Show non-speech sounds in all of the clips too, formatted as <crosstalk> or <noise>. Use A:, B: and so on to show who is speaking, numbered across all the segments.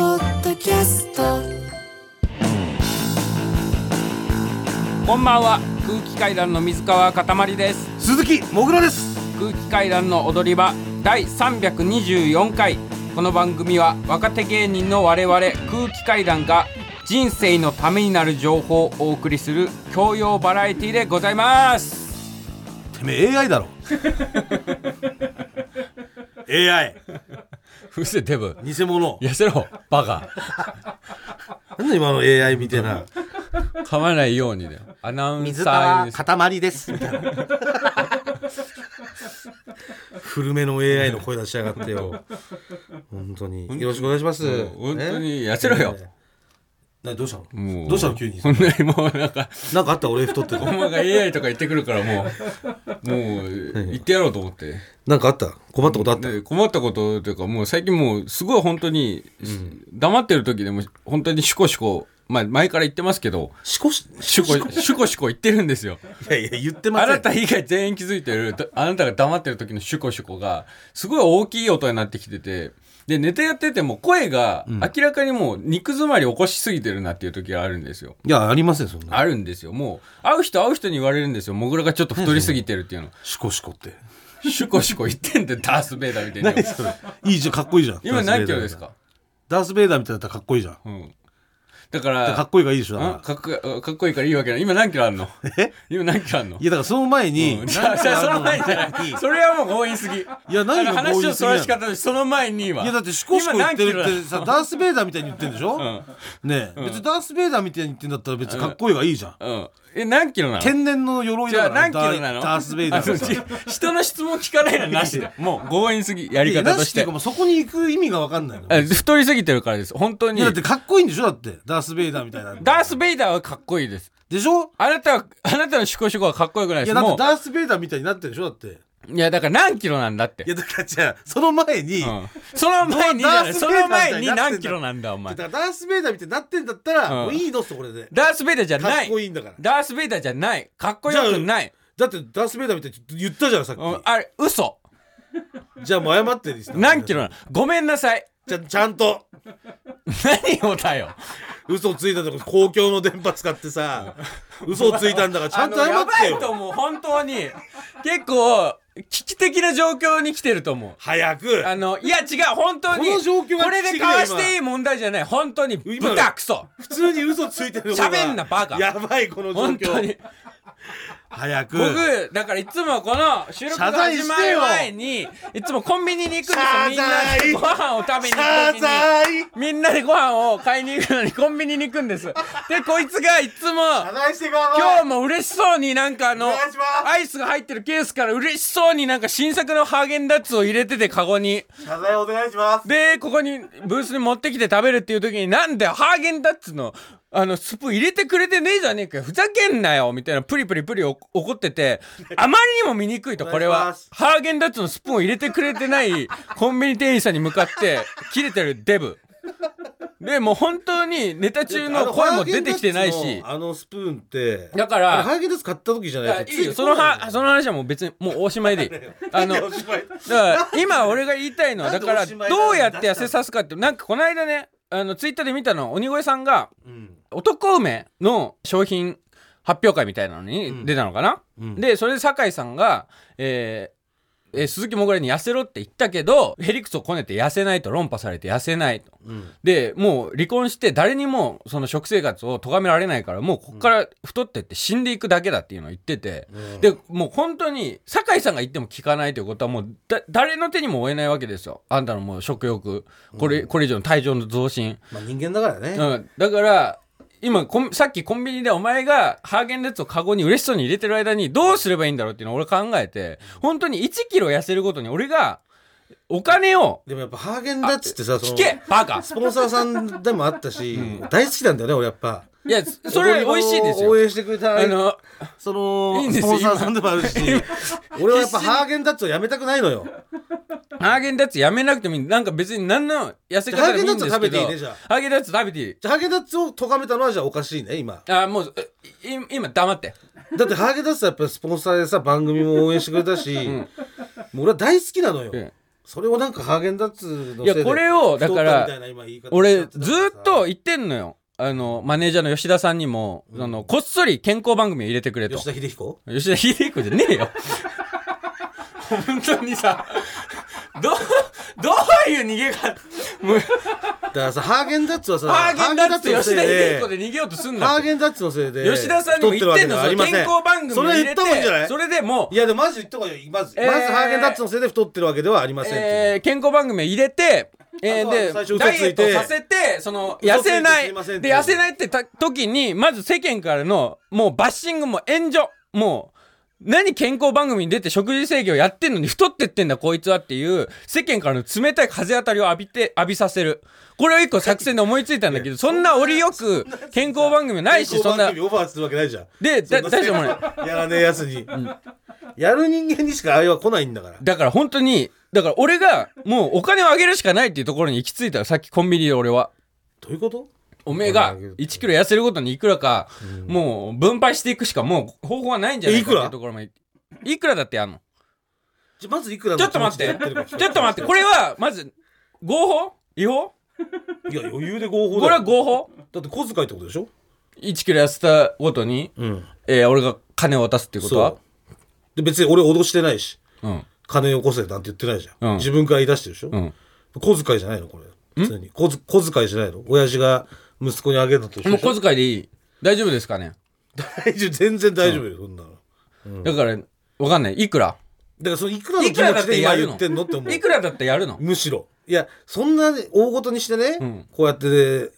A: キャスト
B: こんばんは空気階段の水川かたまりです
C: 鈴木もぐらです
B: 空気階段の踊り場第324回この番組は若手芸人の我々空気階段が人生のためになる情報をお送りする教養バラエティでございます
C: てめえ AI
D: <laughs>
C: だろ AI
D: うるせえデブ
C: 偽物
D: 痩せろバカ
C: なんで今の AI みたいな
D: 噛まないようにだよアナウン
C: 水
D: サー
C: 川
D: です
C: かたまりですみたいな古めの AI の声出しやがってよ本当によろしくお願いします
D: 本当に痩せろよ
C: ねなどうした
D: も
C: の
D: う
C: どうしたの急に
D: こんなにもうなんか
C: なんかあった俺太ってる
D: お <laughs> 前が AI とか言ってくるからもうもう言ってやろうと思って
C: なんかあった困ったことあった
D: で困ったことというかもう最近もうすごい本当に、黙ってる時でも本当にシコシコまあ前から言ってますけど
C: しこし
D: シコシコシコ言ってるんですよ
C: いやいや言ってま
D: あ
C: せん
D: なた以外全員気づいてる、だあなたが黙ってる時のシュコシュコが、すごい大きい音になってきてて、で、ネタやってても声が明らかにもう肉詰まり起こしすぎてるなっていう時があるんですよ。
C: いやありませんそんな
D: あるんですよ。もう、会う人会う人に言われるんですよ。モグラがちょっと太りすぎてるっていうの。
C: しこしこって
D: シュコシュコ言ってんで、ダース・ベイダーみたいな
C: 何。それいいじゃんかっこいいじゃん
D: 今何キロですか
C: ダース・ベイダーみたいだったらかっこいいじゃん
D: うん。だから、
C: かっこいいがいいでしょだ
D: うんか
C: か
D: っこかっこいいからいいわけない。今何キロあんの
C: え
D: 今何キロあんの
C: らいやだからその前
D: <laughs>
C: に、
D: うんじゃあじゃあその前にじゃないそれはもう強引すぎ。い
C: や何が強引すぎなの
D: 話をそらし方でその前には。
C: いやだってシコシコ言ってるっ
D: 今
C: て
D: 何キロ
C: さダース・ベイダーみたいに言ってんでしょ、ねえ、別にダース・ベイダーみたいに言ってんだったら別にかっこいいがいいじゃん、
D: だうん。え、何キロなの
C: 天然の鎧
D: じゃ
C: だ
D: あ
C: から
D: 何キロな
C: ダ
D: の
C: ーダース・ベイダー
D: あ
C: が
D: そうじ人の質問聞かないのはなしで。もう強引すぎ。やり
C: いや
D: 方
C: な
D: と
C: しっ
D: して
C: い
D: て
C: うか。もうそこに行く意味が分かんないの
D: え太りすぎてるからです。本当
C: い
D: に
C: やだっ。てかっこいいんでしょだってダース・ベイダーみたいな
D: ダース・ベイダーはかっこいいです。
C: でしょ
D: あなたは、あなたのシコシコはかっこよくない
C: い
D: です。
C: やだって
D: も、
C: ダース・ベイダーみたいになってるでしょだっていう
D: いや、だから何キロなんだって。
C: やだからじゃあその前に、
D: うんその前にじゃない、
C: ダース
D: そ
C: ベイダ
D: の
C: ーみたい
D: 前
C: に
D: に
C: なってんだ
D: 何キロなんだ、お前
C: だ。からダース・ベイダーみたいになってんだったら、
D: うん
C: もういいのっすこれで
D: ダース・ベイダーじゃ <laughs> な
C: か
D: い
C: っこいいんだから
D: ダース・ベイダーじゃないかっこよくない
C: だってダース・ベイダーみたいに言ったじゃんさっき、
D: うんあれ嘘
C: じゃあもう謝ってです
D: 何キロなのごめんなさい <laughs>
C: ちゃちゃんと
D: 何をだよ
C: 嘘ついたとこ公共の電波使っ
D: <laughs>
C: てさ嘘をついたんだからちゃんと謝
D: あのやば
C: って
D: いと
C: よ
D: 思う本当に結構危機的な状況に来てると思う
C: 早く
D: あのいや違う本当に
C: この状況が
D: これで
C: 違うよ
D: かわしていい問題じゃない本当に
C: 今
D: 豚クソ
C: 普通に嘘ついてる方が
D: 喋んなバカ
C: やばいこの状況
D: 本当に
C: 早く
D: 僕だからいつもこの収録が
C: 謝罪
D: 始
C: し
D: ま
C: て
D: る
C: よ
D: 前にいつもコンビニに行くんですよみんな
C: 謝罪
D: でご飯を食べに行く
C: 謝
D: 時に
C: 罪
D: みんなでご飯を買いに行くのにコンビニに行くんです。で、こいつがいつも、
C: 謝罪してください
D: 今日も嬉しそうになんかあの
C: お願いします、
D: アイスが入ってるケースから嬉しそうになんか新作のハーゲンダッツを入れててカゴに。
C: 謝罪お願いします
D: で、ここにブースに持ってきて食べるっていう時になんでハーゲンダッツのあのスプーン入れてくれてねえじゃねえかよ。ふざけんなよみたいなプリプリプリお怒ってて、あまりにも醜いとこれ
C: お願
D: は
C: いします、
D: ハーゲンダッツのスプーンを入れてくれて
C: <laughs>
D: ないコンビニ店員さんに向かって切れてるデブ。で、もう本当にネタ中の声も出てきてないし
C: あのハーゲンダッツ、のあのスプーンって
D: だから
C: あれハーゲンダッツ買った時じゃ
D: い
C: ない
D: やいいよそのはその話はもう別にもうおしまいでいい。
C: <laughs>
D: あの
C: おしまい
D: だから今俺が言いたいのは
C: な
D: だ
C: ん
D: か
C: で
D: ら
C: おし
D: ど
C: まいなの
D: うやって痩せさすかってなんかこの間ねあのツイッターで見たの鬼越さんが
C: うん
D: 男梅の商品発表会みたいなのに出たのかな、
C: うん
D: でそれで酒井さんが、えーえー鈴木もぐらに痩せろって言ったけどへりくつをこねて痩せないと論破されて痩せないと
C: うん
D: でもう離婚して誰にもその食生活を咎められないからもうこっから太ってって死んでいくだけだっていうのを言ってて、
C: うん
D: でもう本当に酒井さんが言っても聞かないということはもうだ誰の手にも負えないわけですよあんたのもう食欲これ,、これ以上の体重の増進、
C: まあ人間だからね
D: うん、だから今コンさっきコンビニでお前がハーゲンダッツをカゴに嬉しそうに入れてる間にどうすればいいんだろうっていうのを俺考えて本当に1キロ痩せるごとに俺がお金を
C: でもやっぱハーゲンダッツってさそ
D: 聞
C: の
D: けバカ
C: スポンサーさんでもあったし、大好きなんだよね俺やっぱ
D: いやそれ美味しいですよ
C: 応援してくれた
D: あの
C: その
D: いいんで
C: ス
D: すよ
C: ポンサーさんでもあるし俺はやっぱハーゲンダッツをやめたくないのよ
D: ハーゲンダッツやめなくてもいいなんか別に何の痩せ方でもいいんです
C: ハ
D: け
C: ーゲンダッツは食べ
D: ど
C: ていいねじゃあ
D: ハーゲンダッツ食べていい
C: じゃあハーゲンダッツを咎めたのはじゃあおかしいね今
D: あもうい今黙って
C: だってハーゲンダッツはやっぱスポンサーでさ番組も応援してくれたし、もう俺は大好きなのよ、
D: うん
C: それをなんかハーゲンダッツの
D: いやこれをだから俺ずっと
C: い
D: 言ってんのよあのマネージャーの吉田さんにも、あのこっそり健康番組を入れてくれと
C: 吉田秀彦
D: 吉田秀彦じゃねえよ本当にさどうどういう逃げ方もう
C: だからさハーゲンダッツはさ
D: ハーゲンダッツ吉田秀彦
C: ハーゲンダッツのせ
D: で逃
C: い
D: げようとすん
C: ハ
D: な
C: ーゲンダッツのせいで
D: 吉田さんにも言ってんのその健
C: 太るわけではありません
D: 康番組を入れて
C: それ言ったもんじゃない
D: それでもう
C: いやでもマジ言った方がいいまず、
D: えー
C: まずハーゲンダッツのせいで太ってるわけではありませんっていう、
D: えー健康番組を入れて、え
C: あと
D: ー
C: は最初
D: で
C: 嘘
D: ダイエッ
C: ついて
D: トさせてその痩せな
C: 嘘ついて
D: い
C: すいませんって
D: で痩せないってた時にまず世間からのもうバッシングも炎上もう何健康番組に出て食事制限をやってんのに太ってってんだこいつはっていう世間からの冷たい風当たりを浴びて浴びさせるこれを一個作戦で思いついたんだ
C: <laughs>
D: けどそんな折よく健康番組ないし
C: 健
D: そん
C: 康番
D: な
C: 組オファーするわけないじゃん
D: でだ
C: そんな
D: 大丈夫もない
C: やらねえやつに、やる人間にしかあれは来ないんだから
D: だから本当にだから俺がもうお金をあげるしかないっていうところに行き着いたらさっきコンビニで俺は
C: どういうこと
D: おめえが1キロ痩せるごとにいくらか、もう分配していくしかもう方法はないんじゃないか
C: えいく
D: っ
C: ら
D: ていうところもいいくらだってあんの
C: じゃまずいくらの
D: ちょっと待って
C: 気持でやるか
D: ちょっと待ってこれはまず合法違法
C: いや余裕で合法
D: これは
C: だよ
D: 合法
C: だって小遣いってことでしょ
D: ?1 キロ痩せたごとに、
C: うん
D: えー俺が金を渡すっていうことは
C: そうで別に俺脅してないし
D: うん
C: 金よこせなんて言ってないじゃん、
D: うん
C: 自分から言い出してるでしょ、
D: うん
C: 小遣いじゃないのこれ普通に小づ小遣いじゃないの親父が息子にあげるのと一緒
D: もう
C: でしょ
D: 小遣いでいい大丈夫ですかね、
C: <laughs> 大丈夫全然大丈夫よ、そんなの
D: だからわかんないいくら
C: だからそのいくらの
D: い
C: 気
D: くらだ
C: 持
D: っ
C: ち
D: て
C: で
D: や
C: 今
D: る
C: 言
D: の
C: ってんのって思う
D: いくらだってやるの
C: むしろいやそんな大ごとにしてね、
D: ん
C: こうやってね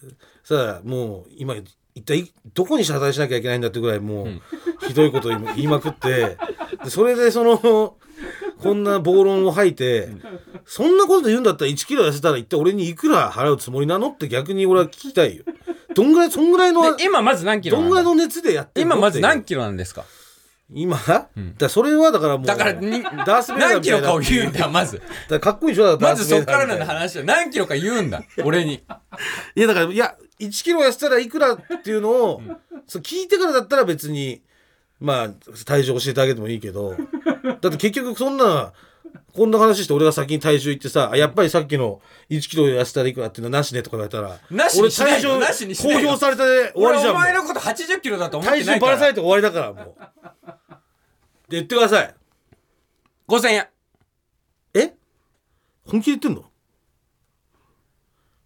C: さあもう今一体どこに謝罪しなきゃいけないんだってぐらいもう、ひどいことを今言いまくってでそれでそのこんな暴論を吐いて、そんなこと言うんだったら1キロ痩せたら一体俺にいくら払うつもりなのって逆に俺は聞きたいよどんぐらいそんぐらいの
D: で今まず何キロ
C: ど
D: なんん
C: ぐらい
D: だ
C: の熱でやってんの
D: 今まず何
C: って
D: キロなんですか
C: いう今、だからそれはだからもう
D: だからに
C: ダースベイ
D: 何
C: ダーみた
D: キ
C: いな
D: ロかを言うんだよまず
C: だからかっこいいでしょだから
D: ま
C: ダー
D: ず
C: スベ
D: そ
C: イ
D: っ
C: ダー
D: から
C: み
D: ない
C: た
D: ん
C: な
D: だ話は何キロか言うんだ俺に
C: いやだからいや1キロ痩せたらいくらっていうのを、そう聞いてからだったら別にまあ体重教えてあげてもいいけどだって結局そんなこんな話して俺が先に体重言ってさあやっぱりさっきの1キロ痩せたらいくらっていうのはなしねとか言われたら
D: なしにしないよ
C: 俺
D: なしにしない
C: 公
D: よ
C: 表されて終わ
D: 俺
C: りじ
D: お
C: ゃんもう
D: 前のこと80キロだと思っ
C: 体
D: てな
C: 重
D: いか
C: ばらさ
D: ら
C: れて終わりだからもうで言ってください
D: 5000円
C: え本気で言ってんの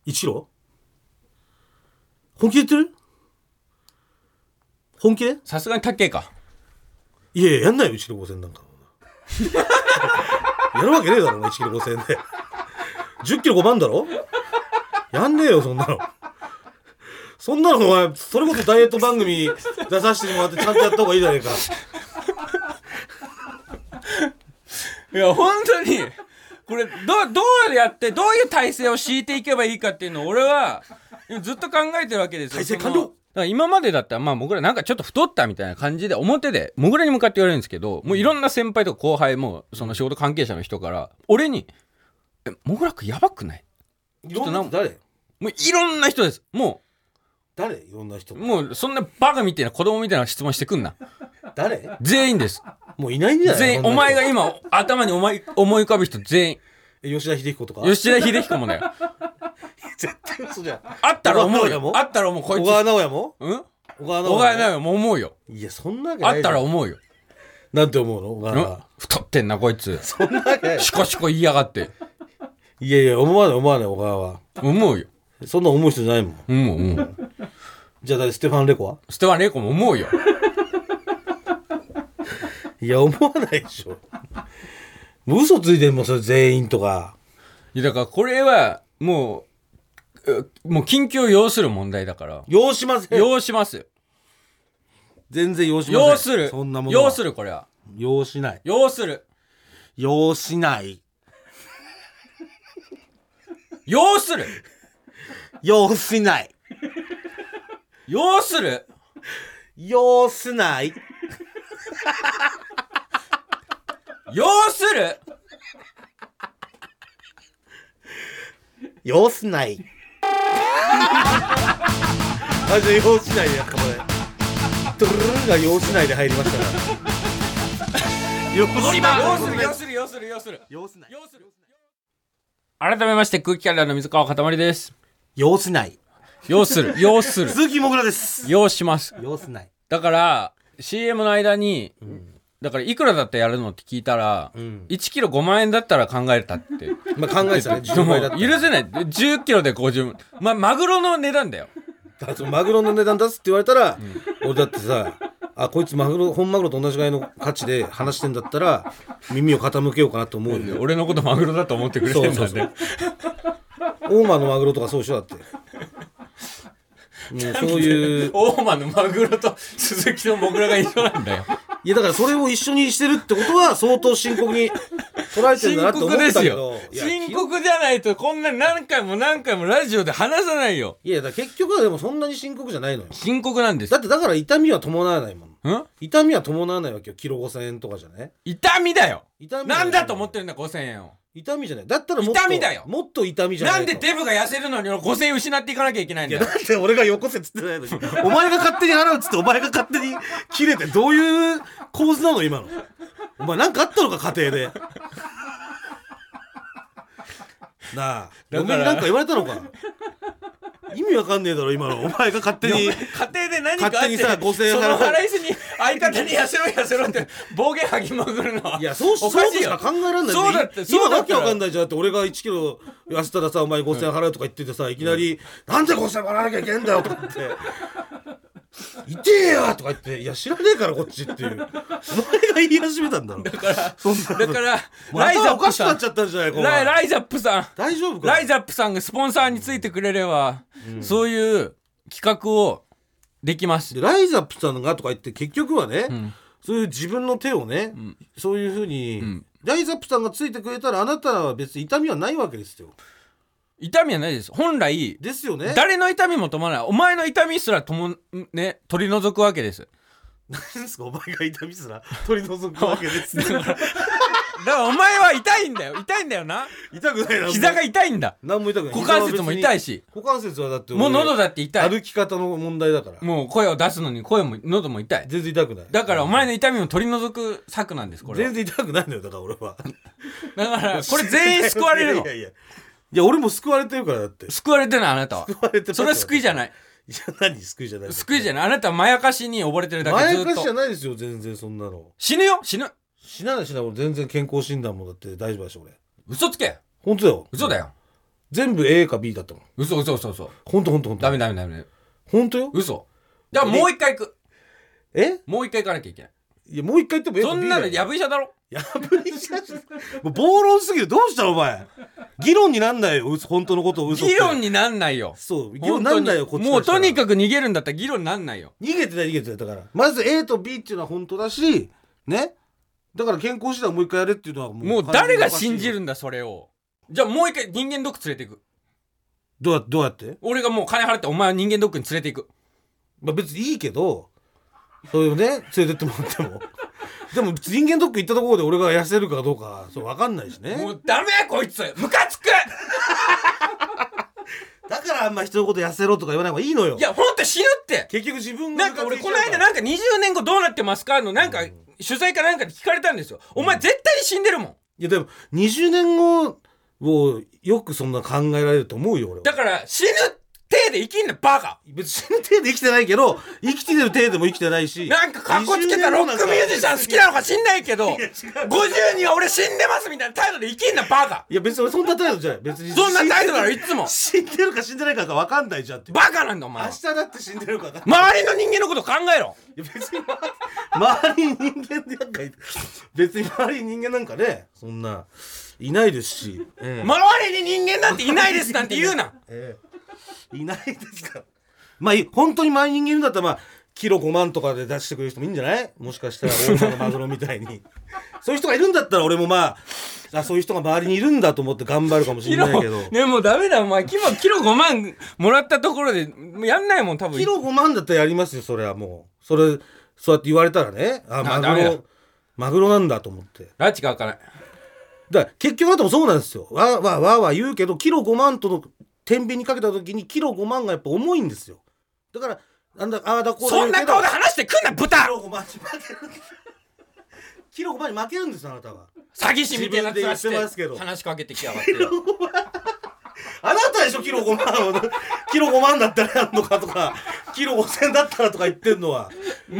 C: ?1 キロ本気で言ってる本気で
D: さすがに高えか
C: いやいや、やんないよ、1キロ5000なんか。 <laughs> やるわけねえだろ、1キロ5000で。10キロ5万だろやんねえよ、そんなの。そんなの、お前、それこそダイエット番組 <laughs> 出させてもらってちゃんとやった方がいいじゃねえか。
D: いや本当にこれどどうやってどういう体制を敷いていけばいいかっていうのを俺はずっと考えてるわけですよ
C: 体制
D: その
C: 完了
D: だから今までだったらまあ僕らなんかちょっと太ったみたいな感じで表でもぐらに向かって言われるんですけどもういろんな先輩とか後輩もその仕事関係者の人から俺に「えもぐらくんやばくない?
C: いろんな人誰
D: もういろんな人ですも
C: 誰いろんな人
D: う。もうそんなバカみたいな子供みたいな質問してくんな
C: 誰
D: 全員です
C: もういないんじゃない
D: 全員
C: そ
D: お
C: んな人
D: 前が今頭に思い思い浮かぶ人全員
C: え吉田秀彦とか
D: 吉田秀彦も
C: <laughs>
D: だよ
C: 絶対嘘じゃん。
D: あったら思う
C: 小川直
D: よ
C: 也も
D: あったら思うこい
C: 小
D: つ
C: 川直也も
D: うん
C: 小川直
D: 小
C: も
D: 川直也も思うよ
C: いや、そんなわけ
D: あ
C: ない
D: っ
C: じ
D: た
C: ゃん。
D: ら思うよ
C: なんて思うの小川
D: う
C: 直
D: ん
C: 也。
D: 太ってんなこいつ
C: そんなわけない。
D: シコシコ言いやがって
C: いやいや、思わない思わない、小川は。
D: 思うよ
C: そんな思う人じゃないもん。
D: 思う思う
C: じゃあ誰、ステファン・レコは
D: ステワン・レイコも思うよ
C: いや、思わないでしょ。もう嘘ついてんもん、それ全員とか。
D: いやだからこれはもううもう緊急を要する問題だから
C: 要しません。
D: 要します
C: 全然要しません。
D: 要する
C: そんなものは。
D: 要するこれは
C: 要しない。
D: 要する
C: 要しない。
D: 要する
C: 要しない。
D: 要する
C: 要しない。
D: 要する
C: 要しない。あ、じゃあ要しないでやっか、これ。ドゥルルルが要しないで入りましたから。要し
D: 要する要する要する要する
C: 要しない。
D: 要する改めまして空気キャラの水川かたまりです
E: 様子ない。
D: 要す
C: <laughs>
D: る要する
E: 鈴木もぐらです。
D: 要します
E: 様子ない。
D: だから CM の間に、だからいくらだってやるのって聞いたら、1キロ5万円だったら考えた
C: <laughs>
D: って
C: まあ、考えてたね10倍だった
D: 許せない10キロで50万まマグロの値段だよ
C: だってマグロの値段出すって言われたら、俺だってさあこいつマグロ本マグロと同じぐらいの価値で話してんだったら耳を傾けようかなと思うよ
D: 俺のことマグロだと思ってくれてるんだ
C: そう
D: ね
C: そう大間のマグロとかそうしょだってもうそういう
D: 大間のマグロと鈴木のモグラが一緒なん
C: <laughs>
D: だよ
C: いやだからそれを一緒にしてるってことは相当深刻に捉えて
D: 深
C: るんだなって思
D: 刻で
C: った
D: す
C: け
D: よ
C: どいや
D: 深刻じゃないとこんな何回も何回もラジオで話さないよ
C: いやだから結局はでもそんなに深刻じゃないのよ
D: 深刻なんです
C: だってだから痛みは伴わないもん
D: ん
C: 痛みは伴わないわけよキロ5000円とかじゃね
D: 痛みだよ
C: 痛み
D: なんだと思ってるんだ5000円を
C: 痛みじゃないだったらもっと
D: 痛みだよ
C: もっと痛みじゃな
D: ないん
C: と
D: でデブが痩せるのに俺5000円失っていかなきゃいけないん
E: い
D: だ
E: や、
D: よ
E: だって俺がよこせっつってない
D: <laughs>
E: のに。お前が勝手に払うっつって、お前が勝手に切れて、どういう構図なの今の。お前なんかあったのか家庭で。
C: な
D: だ
C: あ
D: から
C: 嫁になんか言われたのか
E: 意味わかんねえだろ今の。お前が勝手に。
D: 家庭で何かあっ
E: 勝
D: て
E: 手にさ5000円
D: そ
E: 払
D: の
E: う
D: 腹いせに相方に痩せろ痩せろって暴言吐きまくるのはい
C: やそうし
D: お
C: そう
D: か
C: と
D: しい
C: しか
D: よ
C: 考えられない
D: そうだって
C: 今
D: そうだ
C: わ
D: った
C: け
D: ら
C: わかんないじゃんだって俺が1キロ痩せたらさお前5000円払うとか言っててさいきなり「なんで5000円払わなきゃいけんだよ」とか言って「痛えよ」とか言って「いや知らねえからこっち」っていう
E: お前が言い始めたんだろ。だから、そんな。
D: だから
E: もう頭
D: ライザッ
E: おか
D: プ
E: しくな
D: さ
E: っ
D: ん
E: ちゃったんじゃないかお
D: ライ
E: 前
D: ライザップさん
C: 大丈夫か
D: ライザップさんがスポンサーについてくれれば、そういう企画をできます
C: でライザップさんがとか言って結局はね、そういう自分の手をね、そういうふうに、ライザップさんがついてくれたらあなたは別に痛みはないわけですよ。
D: 痛みはないです本来
C: ですよね。
D: 誰の痛みも止まらないお前の痛みすらともね取り除くわけです
E: 何ですかお前が痛みすら取り除くわけ
D: <laughs>
E: です。
D: だからお前は痛いんだよ痛いんだよな
E: 痛くないな。
D: 膝が痛いんだ
C: 何も痛くない。
D: 股関節も痛い
C: し。
D: し
C: 股関節はだって俺
D: もう喉だって痛い
C: 歩き方の問題だから。
D: もう声を出すのに声も喉も痛い
C: 全然痛くない。
D: だからお前の痛みを取り除く策なんですこれは
C: 全然痛くないのよだから俺は。
D: だから <laughs> これ全員救われるの
E: いやいやいや。
C: いや俺も救われてるからだって。
D: 救われてないあなたは
C: 救われて
D: それは救いじゃない
C: いや何救いじゃない。
D: 救いじゃないあなたはまやかしに溺れてるだ
C: ま
D: けず
C: や
D: っ
C: かしじゃ
D: と
C: ないですよ全然そんなの。
D: 死ぬよ死ぬ
C: 死なない死なない俺全然健康診断もだって大丈夫だし俺。
D: 嘘つけ
C: 本当だよ。
D: 嘘だよ
C: 全部 A か B だったもん。
D: 嘘嘘嘘嘘
C: 本当本当本当。
D: ダメダメダメ
C: 本当よ。
D: 嘘だからもう一回行く
C: え
D: もう一回行かなきゃいけない
C: いや、もう一回言っても
D: そんなの
C: や
D: やぶ医者だろ
E: やぶりじゃん。もう暴論すぎる。どうしたお前。議論になんないよ。嘘本当のことを嘘って。
D: 議論になんないよ
C: そう、議論なんだよ、こ
D: 本当
C: っち
D: にもうとに
C: く。
D: かく逃げるんだったら議論になんないよ
C: 逃げてない、逃げてない。だから、まず A と B っていうのは本当だし、ね。だから健康診断もう一回やれっていうのはもう。
D: もう誰が信じるんだそれをじゃあもう一回人間ドック連れていく
C: どうやどうやって
D: 俺がもう金払ってお前は人間ドックに連れていく
C: まあ別にいいけど、それをね、連れてってもらっても。 <laughs> でも人間ドック行ったところで俺が痩せるかどうか、そう分かんないし
D: も
C: ね。
D: うダメこいつムカつく
C: だからあんま人のこと痩せろとか言わない方がいいのよ。
D: いやほんと死ぬって
C: 結局自分が
D: なんか俺この間なんか20年後どうなってますかのなんか取材かなんかで聞かれたんですよお前絶対に死んでるもん
C: いやでも、20年後をよくそんな考えられると思うよ、俺は。
D: だから死ぬ手で生きんなバカ
C: 別に死ぬ体で生きてないけど生きてる体でも生きてないし
D: なんかかっこつけたロックミュージシャン好きなのか知んないけど50には俺死んでますみたいな態度で生きんなバカ
C: いや別に俺そんな態度じゃない別に
D: そんな態度だろ
C: 死
D: いつも
E: 死んでるか死んでないかが分かんないじゃんって。
D: バカなんだお前
C: 明
D: は
C: 日だって死んでるから
D: 周りの人間のこと考えろ
C: いや別に周りに人間なんかい別に周りに人間なんかねそんないないですし、え
D: 周りに人間なんていないですなんて言うな
C: えいないですからまあい本当に周りに人間いるんだったらまあキロ5万とかで出してくれる人もいいんじゃないもしかしたら大間のマグロみたいに <laughs> そういう人がいるんだったら俺もまああそういう人が周りにいるんだと思って頑張るかもし
D: キ
C: れ
D: ロ
C: <laughs> ないけど
D: ねもうダメだお前キロキロ5万もらったところでもうやんないもん多分
C: キロ5万だったらやりますよそれはもうそれそうやって言われたらねあ
D: な
C: マ
D: ダメ
C: グ
D: だ
C: ロマグロなんだと思って
D: ラチが開かない
C: だから結局あともそうなんですよわーわーわーわー言うけどキロ5万との天秤にかけた時にキロ5万がやっぱ重いんですよだからなんだああだこうだ
D: そんな顔で
C: 言う
D: 話してくんな
C: けどキ
D: 豚
C: ロ5万に負けるキロ5万に負けるんですよあなたは
D: 詐欺師みたいな面し
C: 自分で言ってますけ
D: て
C: ど
D: 話しかけてきやがってよ
C: あなたでしょキロ5万キロ5万だったらやんのかとかキロ5000だったらとか言ってんのは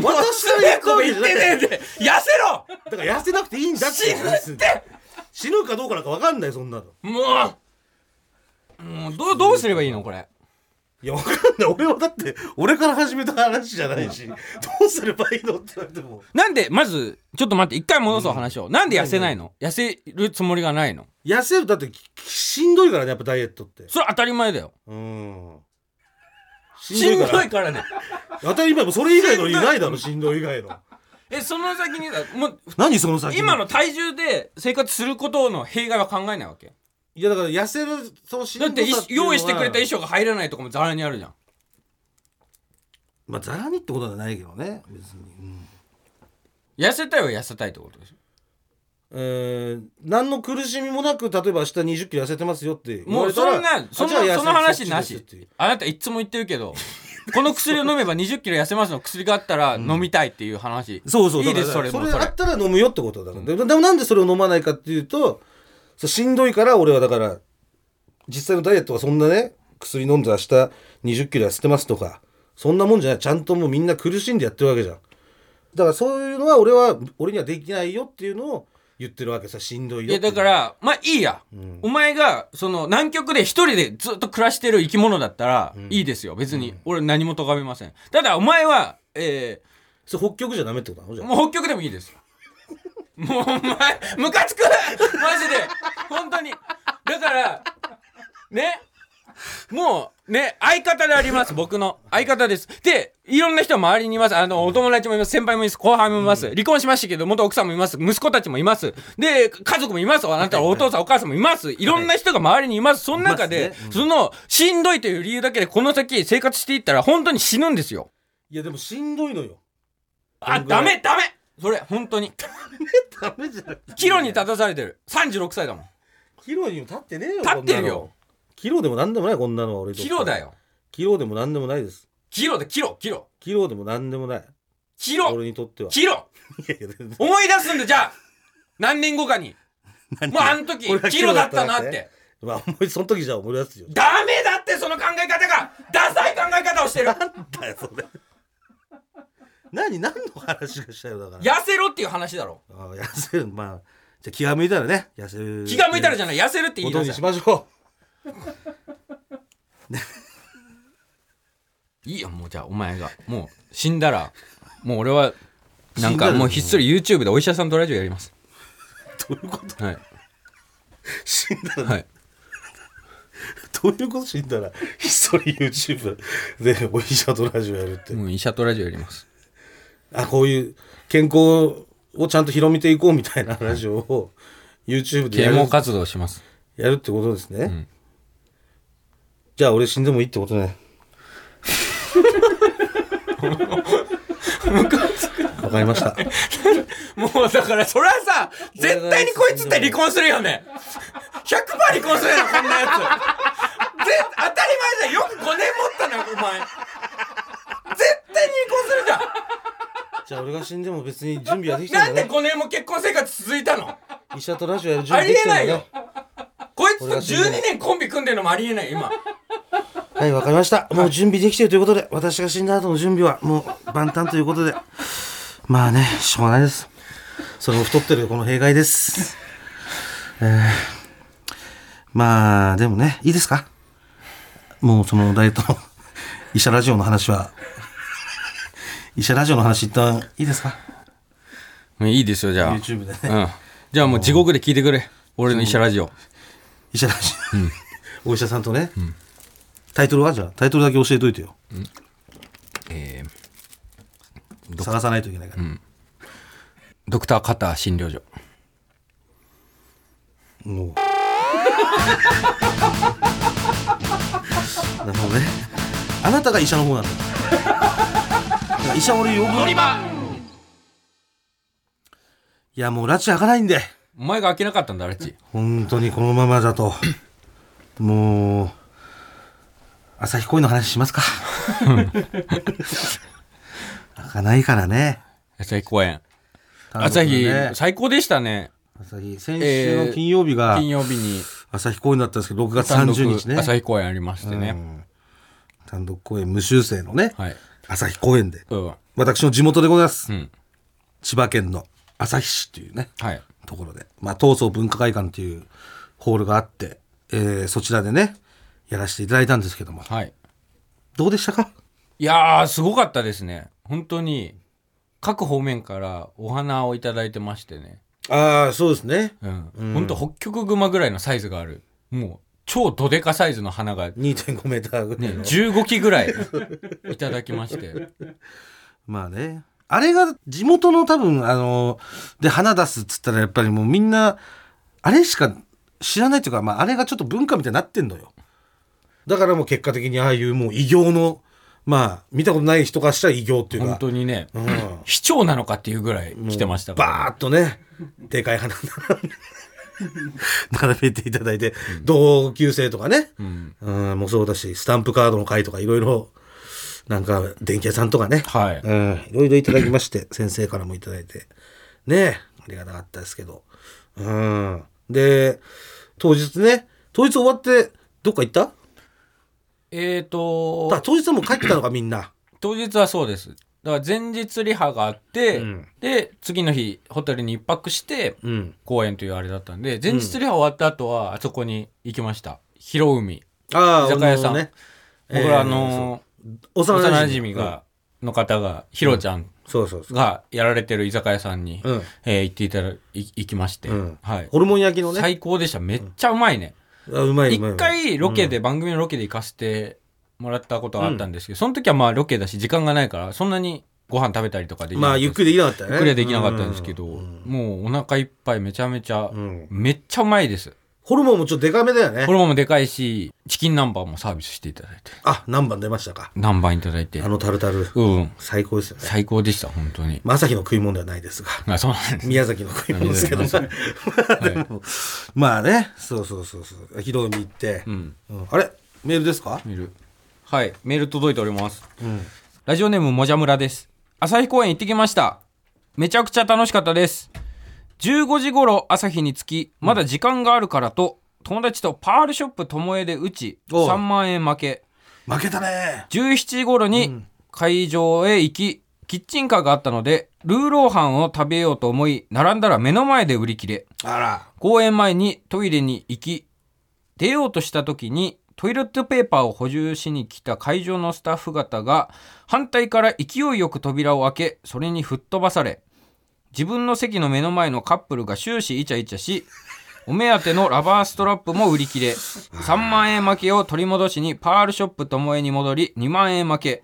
C: 私の
D: つべ
C: 役
D: こ言
C: 割じ
D: っ
C: ゃな
D: てねえ
C: い
D: で痩せろ
C: だから痩せなくていいんだって
D: 死ぬ
C: って死ぬかどうかなんか分かんないそんなの
D: もうもうどうどうすればいいのこれ
C: いや分かんない俺はだって俺から始めた話じゃないしどうすればいいのって言われても
D: なんでまずちょっと待って一回戻そう話を、なんで痩せないの痩せるつもりがないの
C: 痩せるだってきしんどいからねやっぱダイエットって
D: それ当たり前だよ
C: うん
D: し
C: し
D: ん
C: んどいか
D: ど
C: ら
D: いからね
C: 当たり前もうそれ以外のいないだろしんどい以外の
D: えその先にもう
C: 何その先に
D: 今の体重で生活することの弊害は考えないわけ
C: いやだから痩せるそのしん
D: だ
C: ど
D: って
C: さ <laughs>
D: い
C: いうのは
D: 用意してくれた衣装が入らないとかもざらにあるじゃん
C: まあざらにってことはないけどね別に、うん
D: 痩せたいは痩せたいってことでしょ
F: えー、何の苦しみもなく例えば明日2 0キロ痩せてますよって言
D: も
F: わ
D: う
F: れ
D: そ
F: たら
D: んなそんな
F: あじゃあ痩せ
D: その話な
F: そっち
D: し
F: ですっていう
D: あなたいつも言ってるけど <laughs> この薬を飲めば2 0キロ痩せますの薬があったら飲みたいっていう話、
C: そうそう
D: いいで
C: だ
D: す
C: か
D: そ
C: ら
D: れ
C: そ
D: も
C: れ
D: そ
C: あ
D: れ
C: ったら飲むよってことだから、ででもなんでそれを飲まないかっていうとそうしんどいから俺はだから実際のダイエットはそんなね薬飲んで明日2 0キロ痩せてますとかそんなもんじゃないちゃんともうみんな苦しんでやってるわけじゃんだからそういうのは俺は俺にはできないよっていうのを言ってるわけさしんどい
D: い
C: よ
D: や
C: ってい
D: だ
C: う
D: からまあいいや、お前がその南極で一人でずっと暮らしてる生き物だったらいいですよ別に俺何も咎めませんただお前はえー
C: それ北極じゃダメってことなのじゃあ
D: もう北極でもいいですよ。 <laughs> もうお前、ムカつくマジで本当にだから、ねもう、ね、相方であります、僕の。相方です。で、いろんな人周りにいます。あの、お友達もいます、先輩もいます、後輩もいます。離婚しましたけど、元奥さんもいます、息子たちもいます。で、家族もいます。あなたのお父さん、お母さんもいます。いろんな人が周りにいます。その中で、その、しんどいという理由だけで、この先生活していったら、本当に死ぬんですよ。
C: いやでもしんどいのよ
D: あ、ダメ、ダメそれ、本当に。
C: ダメじゃなくて
D: キロに立たされてる36歳だもん
C: キロにも立ってねえよ
D: 立ってるよ
C: こんなのキロでもなんでもないこんなのは俺にとっ
D: キ
C: ては
D: ロだよ
C: キロでもなんでもないです
D: キロだキロキロ
C: キロでもなんでもない
D: キロ
C: 俺にとっては。 <laughs>
D: キロ
C: いやいや全然
D: 思い出すんだじゃあ何年後かにもうあの時
C: 俺が
D: キロだったなっ
C: キロだったなっててまあ、思いその時じゃ思い出すよ。
D: ダメだってその考え方がダサい考え方をしてる
C: なんだよ、それ。何、何の話がしたよ、だから。
D: 痩せろっていう話だろ
C: あ痩せる、まあ、じゃあ気が向いたらね、痩せる。
D: 気が向いたら
C: じ
D: じゃない痩せるって言い
C: こと
D: な
C: にし
D: さ
C: ましょ
D: いいいよもうじゃあお前がもう死んだらもう俺はなん
C: 死んだ
D: からもうひっそり YouTube でお医者さんとラジオやります
C: う。どういうこと
D: はい
C: 死んだら、
D: はい
C: どういうこと死んだら、ひっそり YouTube でお医者とラジオやるって。
D: もう医者とラジオやります
C: あ、こういう健康をちゃんと広めていこうみたいなラジオを YouTube で
D: 啓
C: やる
D: 蒙活動します
C: やるってことですね。じゃあ俺死んでもいいってこと
D: <laughs>
C: ね。わかりました。
D: もうだからそれはさ、絶対にこいつって離婚するよね。100%離婚するよ、こんなやつ。ぜ当たり前じゃん。よく5年持ったな、お前。絶対に離婚
C: じゃあ俺が死んでも別に準備はでき
D: するじゃ
C: た
D: ん。なんん
C: だ
D: で
C: ね。
D: 5年も結婚生活続いたの
C: 医者とラジオやる準
D: あ
C: 備
D: り
C: でき
D: えな
C: た
D: い
C: んだ
D: よ
C: ね。。
D: こいつと12年コンビ組んでるのもありえない、今。
C: はい、わかりました。もう準備できてるということで、私が死んだ後の準備はもう万端ということで。まあね、しょうがないです。それも太ってるこの弊害です。えー、まあ、でもね、いいですかもうそのダイエットの医者ラジオの話は、医者ラジオの話一旦いいですか
D: いいですよ、じゃあ
C: ?YouTube でね。
D: うん。じゃあもう地獄で聞いてくれ。俺の医者ラジオ。
C: 医者ラジオ、お医者さんとね、タイトルはじゃあ、タイトルだけ教えといてよ。
D: えー、
C: 探さないといけないから。
D: ドクターカター診療所。
C: <laughs> もう。なるほどね。あなたが医者の方なんだ。だから医者俺呼ぶ。いやもう拉致開かないんで。
D: お前が飽きなかったんだ、あれっち。
C: 本当にこのままだと。もう。朝日恋の話しますか。開かないからね。
D: 朝日公演。
C: 単独
D: 朝
C: のね
D: 日、最高でしたね。
C: 朝日先週の金曜日が
D: 金曜日に
C: 朝日公演だったんですけど6月30日ね
D: 朝日公演ありまして
C: う
D: ね、
C: ん単独公演無修正のね、
D: はい
C: 朝日公演で
D: うんは
C: 私の地元でございます、
D: ん
C: 千葉県の朝日市っていうね
D: い
C: ところで、まあ、闘争文化会館っていうホールがあって、えーそちらでねやらせていただいたんですけども
D: はい
C: どうでしたか
D: いやーすごかったですね本当に各方面からお花をいただいてましてね
C: ああそうですね
D: うん、本当北極熊ぐらいのサイズがあるもう超ドデカサイズの花が、ね、
C: 2.5メーターぐらいの、
D: 15基ぐらいいただきま
C: <laughs>
D: して
C: まあねあれが地元の多分あので花出すっつったらやっぱりもうみんなあれしか知らないというか、まあ、あれがちょっと文化みたいになってんのよだからもう結果的にああいうもう異形のまあ見たことない人からしたら異形っていうか
D: 本当にね、
C: ん
D: 市長なのかっていうぐらい来てましたから、
C: バーッとね、でかい花並べていただいて、同級生とかね、うん、もそうだし、スタンプカードの会とかいろいろ、なんか電気屋さんとかね、
D: はい
C: うん、いろいろいただきまして、 <laughs> 先生からもいただいて、ねえ、ありがたかったですけど。うん。で、当日ね、当日終わって、どっか行った
D: えーと
C: あ当日はもう帰ってたのか、みんな。
D: 当日はそうですだから前日リハがあって、
C: うん
D: で次の日ホテルに一泊して
C: うん。
D: 公演というあれだったんで前日リハ終わった後はあそこに行きました広海
C: ああ、
D: 居酒屋さん
C: 俺のね、
D: 僕らあの
C: 幼馴
D: 幼
C: 染
D: 馴染が、の方がひろちゃん
C: うんそうそうそう。
D: がやられてる居酒屋さんに、
C: うん
D: えー行っていただい行きまして、
C: うん
D: はい
C: ホルモン焼きのね。
D: 最高でしためっちゃうまいね
C: あうまいう
D: 一
C: まいうまい
D: 回ロケで、番組のロケで行かせてもらったことがあったんですけど、その時はまあロケだし時間がないからそんなにご飯食べたりとかできな
C: ま
D: かっ
C: あ
D: たで
C: ゆ
D: す
C: っくりできなかったね
D: ゆっくりはできなかったんですけど、もうお腹いっぱいめちゃめちゃ、
C: ん
D: めっちゃうまいです
C: ホルモンもちょっとデカめだよね
D: ホルモンもでかいしチキン南蛮もサービスしていただいて
C: あ何番出ましたか
D: 南蛮いただいて
C: あのタルタル
D: うん
C: 最高ですよね
D: 最高でした本当に
C: まあ朝日の食い物ではないですが
D: あそうなんです
C: 宮崎の食い物ですけど <laughs> まあでもまあねそうそうそうそうひどみ行って、うんあれメールですか
D: メールはいメール届いております、ラジオネームもじゃむらです朝日公園行ってきましためちゃくちゃ楽しかったです15時頃朝日に着きまだ時間があるからと、友達とパールショップともえで打ち
C: おう
D: 3万円負け
C: 負けたね
D: 17時頃に会場へ行き、キッチンカーがあったのでルーローハンを食べようと思い並んだら目の前で売り切れ
C: あら
D: 公演前にトイレに行き出ようとした時にトイレットペーパーを補充しに来た会場のスタッフ方が反対から勢いよく扉を開けそれに吹っ飛ばされ自分の席の目の前のカップルが終始イチャイチャしお目当てのラバーストラップも売り切れ3万円負けを取り戻しにパールショップともえに戻り2万円負け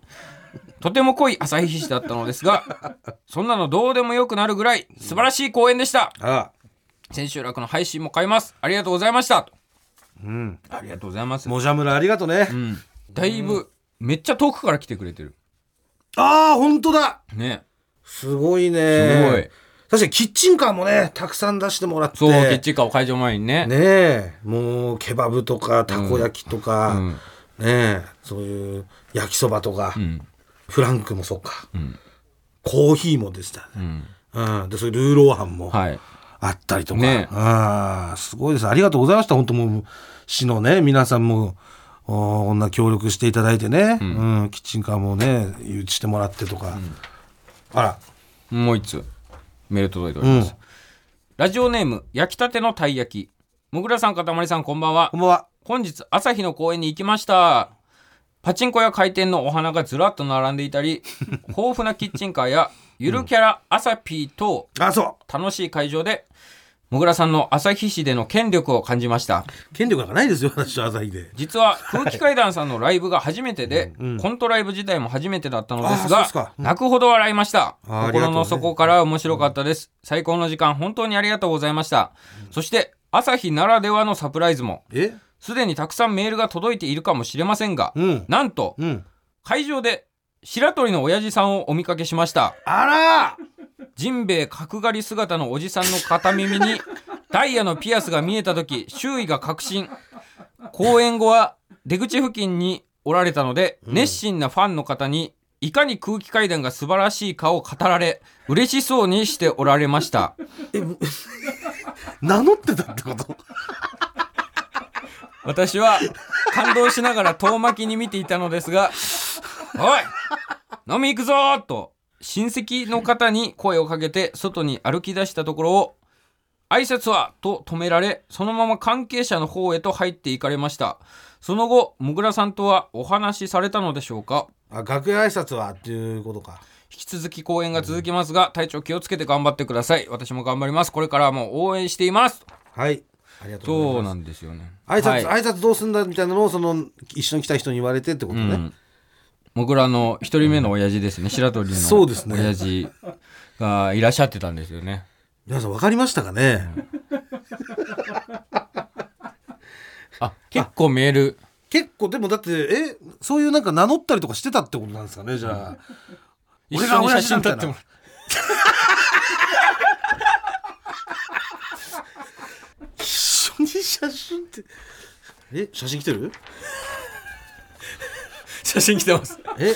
D: とても濃い朝日市だったのですがそんなのどうでもよくなるぐらい素晴らしい公演でした
C: あら
D: 千秋楽の配信も買いますありがとうございましたと
C: うん
D: ありがとうございます
C: もじゃむらありがとうね、
D: うんだいぶめっちゃ遠くから来てくれてる
C: ああ本当だ
D: ね
C: すごい
D: す
C: ね
D: ごい
C: 確かにキッチンカーもねたくさん出してもらって
D: そうキッチンカーを会場前にね
C: ねえもうケバブとかたこ焼きとか、
D: うん
C: ねえそういう焼きそばとか、
D: うん
C: フランクもそうか、
D: ん
C: コーヒーもでした
D: う
C: ね、
D: ん
C: うんでそういうルーローハンも
D: はい
C: あったりとか、
D: ねえ
C: ああすごいですありがとうございました本当もう市のね皆さんもおこんな協力していただいてね、うんキッチンカーもね誘致してもらってとか、あら
D: もう一つメール届いております、
C: うん
D: ラジオネーム焼きたてのたい焼きもぐらさんかたまりさんこんばんは
C: こんばんは
D: 本日朝日の公園に行きましたパチンコや回転のお花がずらっと並んでいた <laughs> り豊富なキッチンカーやゆるキャラ朝ピーと
C: あそ
D: 楽しい会場で、もぐらさんの朝日市での権力を感じました。
C: う権力なんかないですよ私は朝日で
D: 実は空気階段さんのライブが初めてで、コントライブ自体も初めてだったのです
C: あそう
D: が
C: ですかうん
D: 泣くほど笑いました
C: あーありがと
D: 心
C: うね
D: の底から面白かったです、最高の時間本当にありがとうございました、そして朝日ならではのサプライズも
C: え
D: すでにたくさんメールが届いているかもしれませんが、
C: うん
D: なんと
C: うん
D: 会場で白鳥の親父さんをお見かけしました
C: あら
D: ジンベエ角刈り姿のおじさんの片耳にダイヤのピアスが見えた時周囲が確信公演後は出口付近におられたので、熱心なファンの方にいかに空気階段が素晴らしいかを語られ嬉しそうにしておられました
C: 名乗ってたってこと
G: 私は感動しながら遠巻きに見ていたのですが「おい飲み行くぞ!」と親戚の方に声をかけて外に歩き出したところを「挨拶は!」と止められそのまま関係者の方へと入っていかれましたその後もぐらさんとはお話しされたのでしょうか
C: あ楽屋挨拶はっていうことか
G: 引き続き公演が続きますが体調気をつけて頑張ってください私も頑張りますこれからも応援しています
C: はいありがとうご
G: そ
C: ざ
G: う
C: いま
G: なんですよね
C: す挨拶、
G: はい
C: 挨拶どうすんだみたいなのをその一緒に来た人に言われてってことね、
G: うんもぐらの一人目の親父ですね、白鳥の
C: そうですね
G: 親父がいらっしゃってたんですよね。
C: 皆さん分かりましたかね、
G: あ、結構メール。
C: 結構でもだってえそういうなんか名乗ったりとかしてたってことなんですかねじゃあ
G: 一緒に写真撮
C: だ
G: ってもら
C: たいな一緒に写真ってえ写真来てる
G: 写真来てます。
C: え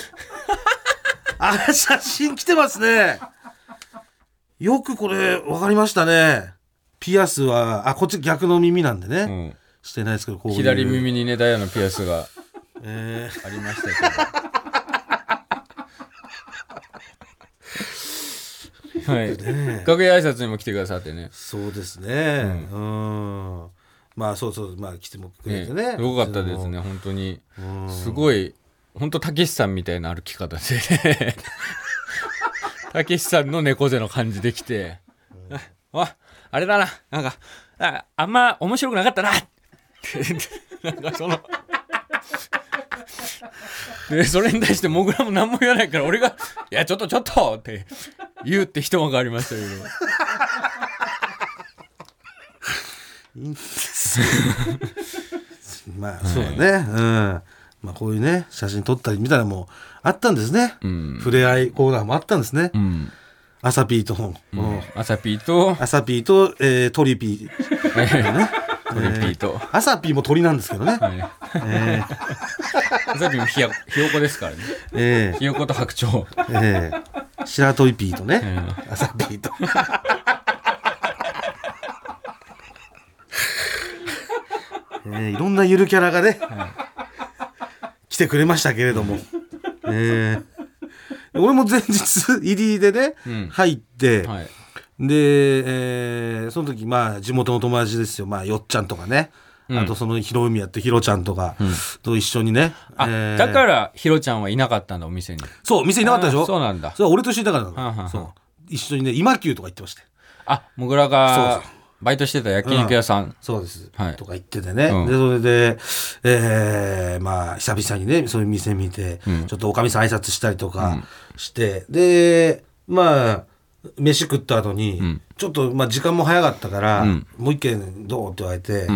C: あ写真来てますねよくこれ分かりましたねピアスはあこっち逆の耳なんでね、
D: ん
C: してないですけどこういう
D: 左耳にね、ダイヤのピアスが
C: えー
D: ありましたけど。
C: <laughs>
D: はい。楽屋挨拶にも来てくださってね。
C: そうですねうんまあそうそうまあ来てもくれ
D: ね
C: てね
D: すごかったですね、本当に。すごい、本当たけしさんみたいな歩き方
G: <laughs>
D: で。たけしさんの猫背の感じで来て。
G: ああ、あれだな。なんか、ああんま面白くなかったな。ってなんかその。で、それに対してもぐらも何も言わないから、俺が、いや、ちょっとちょっとって言うって一幕ありましたけど。
C: まあそうだね、うんまあこういうね写真撮ったりみたいなのもあったんですね、触れ合いコーナーもあったんですね、
D: うん。
C: アサピーと、うん
D: あさぴーと、
C: アサピーと、えートリピー
D: <laughs> トリピーと。
C: アサピーも鳥なんですけどね、え
D: あさぴーもひやひよこですからね。
C: ーえ
D: ひよこと白鳥。
C: ーえー白鳥ピーとね、アサピーと <laughs> えーいろんなゆるキャラがね、来てくれましたけれども、えー俺も前日入りでね、入って、
D: はい。
C: で、えーその時まあ地元の友達ですよ、まあ、よっちゃんとかね、あとそのひろうみやってひろちゃんとかと一緒にね、
G: あ、
C: えー
G: だから、ひろちゃんはいなかったんだ、お店に。
C: そう店いなかったでし
G: あ
C: ょ
G: そうなんだ
C: それは俺と一緒にだからなの
G: はんはんはん
C: そう一緒にね今急とか行ってまして
G: あ、もぐらが、バイトしてた焼肉屋さん。
C: そうです、
G: はい
C: とか言っててね、
G: うん
C: でそれで、えーまあ久々にねそういう店見て、ちょっとおかみさん挨拶したりとかして、でまあ飯食った後に、ちょっと、まあ、時間も早かったから、もう一軒どうって言われて、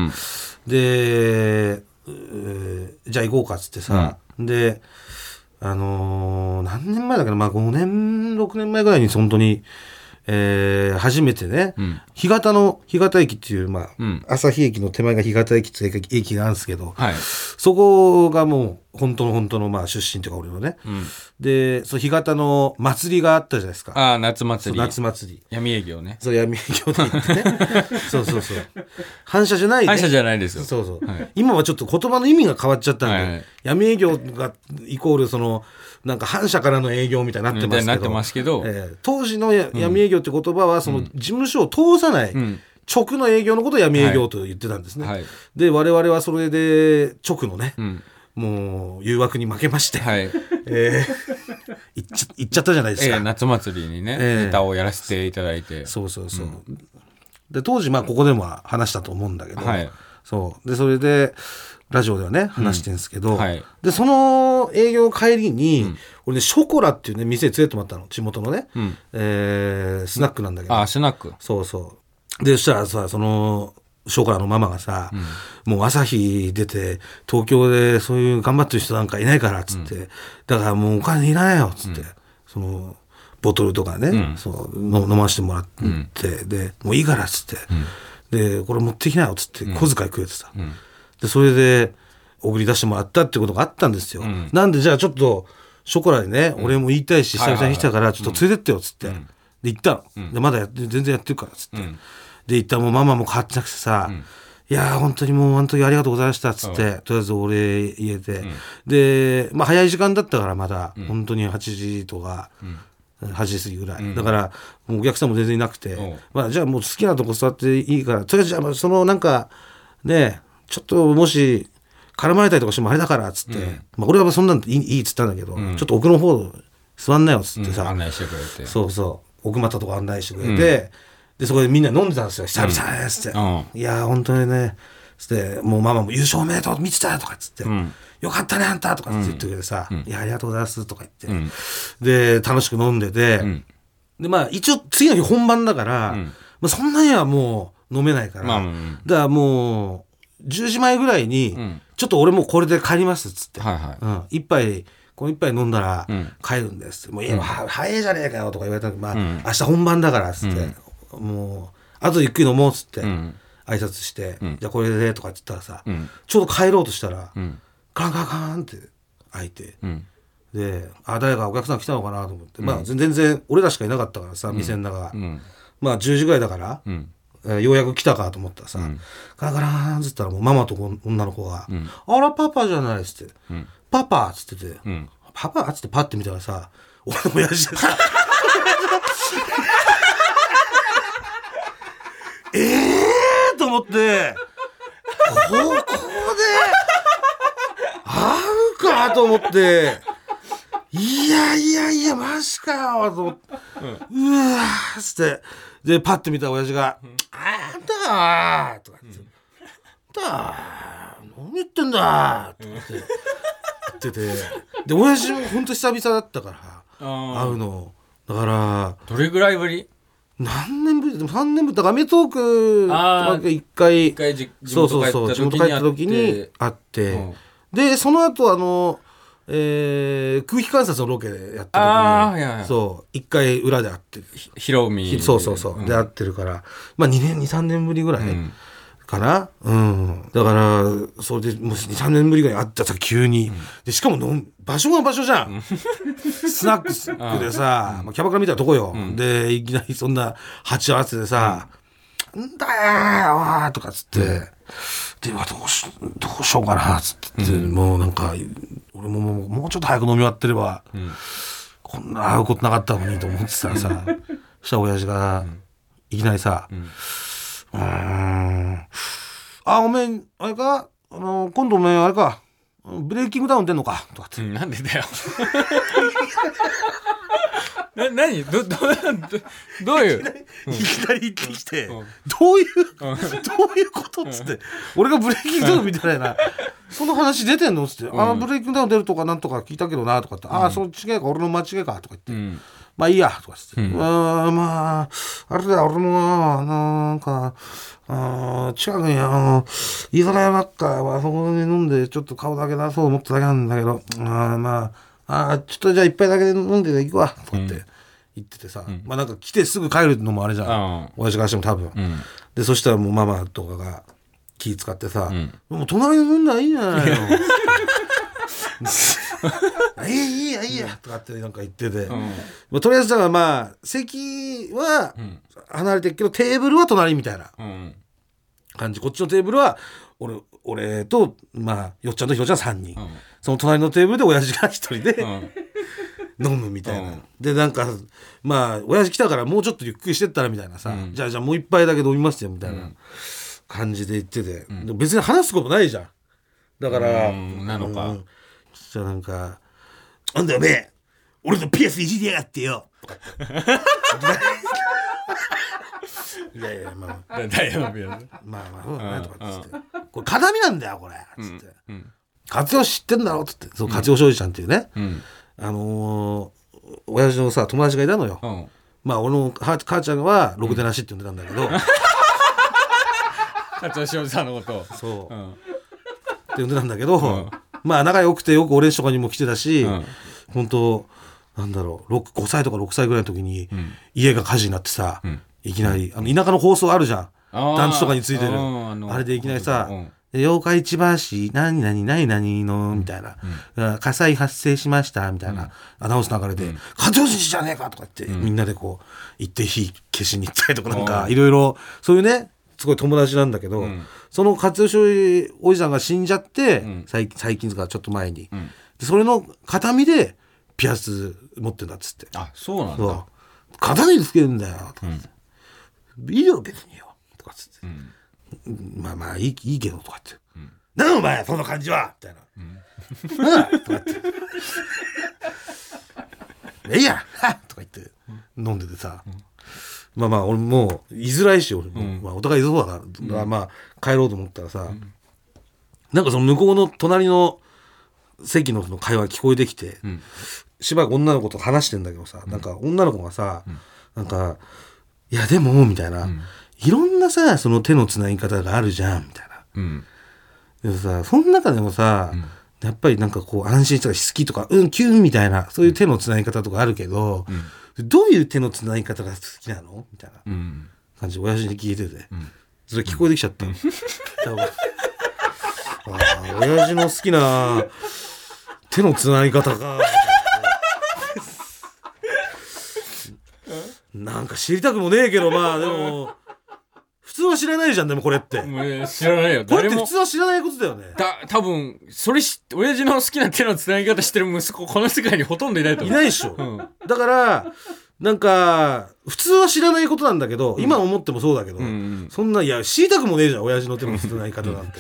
C: で、うーじゃあ行こうかっつってさ、であのー何年前だから、まあ、5年6年前ぐらいに本当に、えー初めてね、干潟の干潟駅っていう、まあ朝日駅の手前が干潟駅っていう駅なんですけど、
D: はい。
C: そこがもう本当の本当の、まあ、出身というか俺のね、でその干潟の祭りがあったじゃないですか
D: ああ、夏
C: そう
D: 祭り。
C: 夏祭り。
D: 闇営業ね。
C: そう闇営業で行っ
D: <laughs>
C: てねそうそうそう反射じゃない、ね、
D: 反社じゃないですよ。
C: そうそう、今はちょっと言葉の意味が変わっちゃったんで、
D: はい
C: 闇営業がイコールそのなんか反社からの営業みたいになってま
D: みた
C: すけど
D: いになってますけど
C: えー当時のや闇営業って言葉はその事務所を通さない直の営業のことを闇営業と言ってたんですね、
D: はい
C: で我々はそれで直のね、
D: ん
C: もう誘惑に負けまして、
D: はい。
C: えー行っちゃ行っちゃったじゃないです
D: え
C: か、
D: ー夏祭りにね、
C: ええ
D: ネタをやらせていただいて。
C: そうそうそう。で、当時、まあ、ここでも話したと思うんだけど、
D: はい
C: そう。で、それで、ラジオではね、話してるんですけど、
D: はい
C: で、その営業帰りに、俺ね、ショコラっていうね、店に連れてもらったの、地元のね、えースナックなんだけど、
D: あ、スナック。
C: そうそう。で、そしたらさ、その、ショコラのママがさ、もう朝日出て、東京でそういう頑張ってる人なんかいないから、つって、だからもうお金いらないよ、つって、その、ボトルとかね、そうの飲ませてもらって、で、もういいから、つって、で、これ持ってきなよ、つって、小遣いくれてさ、で、それで、送り出してもらったってことがあったんですよ。なんで、じゃあちょっと、ショコラにね、俺も言いたいし、久々に来たから、ちょっと連れてってよ、つって。で、行ったの。で、まだやって、全然やってるから、つって。で行ったらもうママも買ってなくてさ、いやー本当にもうあの時ありがとうございましたっつって、とりあえずお礼言えて、で、まあ、早い時間だったからまだ、本当に8時とか、8時過ぎぐらい、だからもうお客さんも全然いなくて、
D: ん
C: まあ、じゃあもう好きなとこ座っていいからとりあえずじゃあまあそのなんかねちょっともし絡まれたりとかしてもあれだからっつって、まあ、俺はそんなんいいいいっつったんだけど、ちょっと奥の方座んなよっつってさ、
D: 案内してくれて。
C: そうそう奥まったとこ案内してくれて、でそこでみんな飲んでたんですよ久々ですって、
D: う
C: いやー本当にねつってもうママも優勝おめでとう見てたよとかっつって、よかったねあんたとかって言ってくれてさ、いやありがとうございますとか言って、で楽しく飲んでて、でまあ一応次の日本番だから、まあ、そんなにはもう飲めないから、
D: まあうん
C: だからもう10時前ぐらいに、
D: ん
C: ちょっと俺もうこれで帰りますっつって、
D: はいはい。
C: うん、一杯この一杯飲んだら
D: ん
C: 帰るんですって、もういや、は早いじゃねえかよとか言われたんで、まあ明日本番だからっつって、もうあとゆっくり飲もうっつって、
D: ん
C: 挨拶して、じゃあこれでとかって言ったらさ、
D: ん
C: ちょうど帰ろうとしたら、
D: ん
C: カンカンカンって開いて、
D: ん
C: であ誰かお客さん来たのかなと思って、まあ全然俺らしかいなかったからさ店の中が、
D: うん。
C: まあ10時ぐらいだから、
D: うん。
C: えーようやく来たかと思ったらさ、ガラガラーンっつったらもうママとこ女の子が「あらパパじゃない」っつって「パパ」っつってて「
D: ん
C: パパ」っつってパッて見たらさ俺の親父でさえーと思ってここであるかと思って。いやいやいや、マジかよと思って、うわーっつって、で、パッて見た親父が、あんたはとか言って、あんた何言ってんだとか言って、言ってて、で、親父も本当久々だったから、会うの。だから、
D: どれぐらいぶり
C: 何年ぶりでも3年ぶりだから『アメトーク』
D: あー
C: とか一回
D: 一回じ地
C: そう
D: 元帰っ
C: そう
D: た時
C: そう
D: に
C: 地元帰った時に会って、でその後あの、えー空気観察のロケやった時に
D: あーはいはいはい
C: そう一回裏で会ってる
D: ひろみ。
C: そうそうそう、で会ってるからまあ2年23年ぶりぐらいかな、うんだからそれでもう23年ぶりぐらいに会ったさ急に、でしかも飲む場所が場所じゃん、 <laughs> スナックスでさ、まあ、キャバクラみたいなとこよ、でいきなりそんな鉢合わせでさ「んだよー!」とかっつって。で、まあ、どうし、どうしようかな、つって、もうなんか、俺ももう、もうちょっと早く飲み終わってれば、こんな会うことなかったのにと思ってたら <laughs> さ、そしたら親父が、いきなりさ、うーん、あ、おめん、あれか、あの、今度おめん、あれか、ブレイキングダウン出んのか、とかっ
D: う
C: て。
D: ん。なんでだよ。 <laughs> な、なにど、ど、ど、どう
C: <laughs>
D: いう
C: いきなり言ってきて、どういう、どういうことっつって、俺がブレイキングダウンみたいな、その話出てんのっつって、ああ、ブレイキングダウン出るとかなんとか聞いたけどな、とかって、ああ、その違いか、俺の間違いか、とか言って、
D: うん。
C: まあいいや、とかっつって、うーん、まあ、あれだよ、俺も、あのなんか、あー近くに、あの、居酒屋ばっか、あそこに飲んで、ちょっと顔だけ出そう思っただけなんだけど、あーまあ、あーちょっとじゃあ一杯だけ飲んで行くわ、とかって言っててさ、まあなんか来てすぐ帰るのもあれじゃん。
D: ああ。
C: 親父からしても多分、
D: ん
C: でそしたらもうママとかが気使ってさ「もう隣に飲んだらいいじゃ <laughs> ないの」いやいいやいいや」とかってなんか言ってて、まあ、とりあえずだからまあ席は離れてるけどテーブルは隣みたいな
D: うん。
C: 感じこっちのテーブルは俺俺と、まあ、よっちゃんとひょちゃん3人、その隣のテーブルで親父が1人で、
D: うん。
C: 飲むみたいな、
D: うん
C: でなんかまあ親父来たからもうちょっとゆっくりしてったらみたいなさ、じゃあじゃあもう一杯だけ飲みますよみたいな感じで言ってて、でも別に話すことないじゃんだから
D: うんなのか
C: うんそしたらなんか「なんだよおめえ俺のピアスいじりやがってよ」とかって <laughs> いやいやまあ
D: だ大丈夫や。
C: まあまあそうだねとかっつって、これ鏡なんだよこれ」つって、活用知ってんだろ」っつってそう活用庄司ちゃんっていうね、
D: うん。
C: あのー親父のさ友達がいたのよ、
D: うん。
C: まあ俺の母母ちゃんは「ろくでなし」って呼んでたんだけど、
D: カツオしおじさんのこと。
C: <laughs> そううっ
D: ん。
C: て呼んでたんだけど、まあ仲良くてよく俺んちとかにも来てたし、
D: ん
C: 本当なんだろう6 5歳とか6歳ぐらいの時に家が火事になってさ、いきなりあの田舎の放送あるじゃん
D: あー
C: 団地とかについてる
D: うん
C: あ
D: あの
C: れでいきなりさ、
D: うん
C: 妖怪千葉市、何々何々の、みたいな、うん火災発生しました、みたいな、アナウンス流れで、加藤氏じゃねえかとか言って、みんなでこう、行って火消しに行ったりとか、なんか、いろいろ、そういうね、すごい友達なんだけど、その勝吉おじさんが死んじゃって、最近、最近ですからちょっと前に、でそれの形見で、ピアス持ってんだっつって。
D: あ、そうなん
C: そ
D: だ。
C: う肩につけるんだよ」とかっつっていいよ別によ」とかっつって、まあまあいいいいけど」とかって「なんだお前その感じは」みたいな「うん」とかって「いいや」とか言って飲んでてさ、まあまあ俺もう居づらいし俺も、まあ、お互い居そうだから、まあ帰ろうと思ったらさ、なんかその向こうの隣の席のその会話が聞こえてきて、しばらく女の子と話してんだけどさ、なんか女の子がさ、なんか「いやでも」みたいな、いろんなさその手のつなぎ方があるじゃん」みたいな。
D: うん。
C: でもさその中でもさ、やっぱりなんかこう安心したり好きとかうんキュンみたいなそういう手のつなぎ方とかあるけど、どういう手のつなぎ方が好きなのみたいな
D: うん。
C: 感じで親父に聞いてて、それ聞こえてきちゃった、ああ親父の好きな手のつなぎ方がなんか知りたくもねえけどまあでも普通は知らないじゃんでもこれって
D: えー知らないよ。
C: これ
D: 誰
C: って普
D: も。
C: 通は知らないことだよね
D: た多分それし親父の好きな手のつなぎ方してる息子この世界にほとんどいないと
C: い
D: 思う
C: ないでしょ、だからなんか普通は知らないことなんだけど、今思ってもそうだけど、
D: ん
C: そんないや知りたくもねえじゃん親父の手の少ない
D: <laughs>
C: 方なんて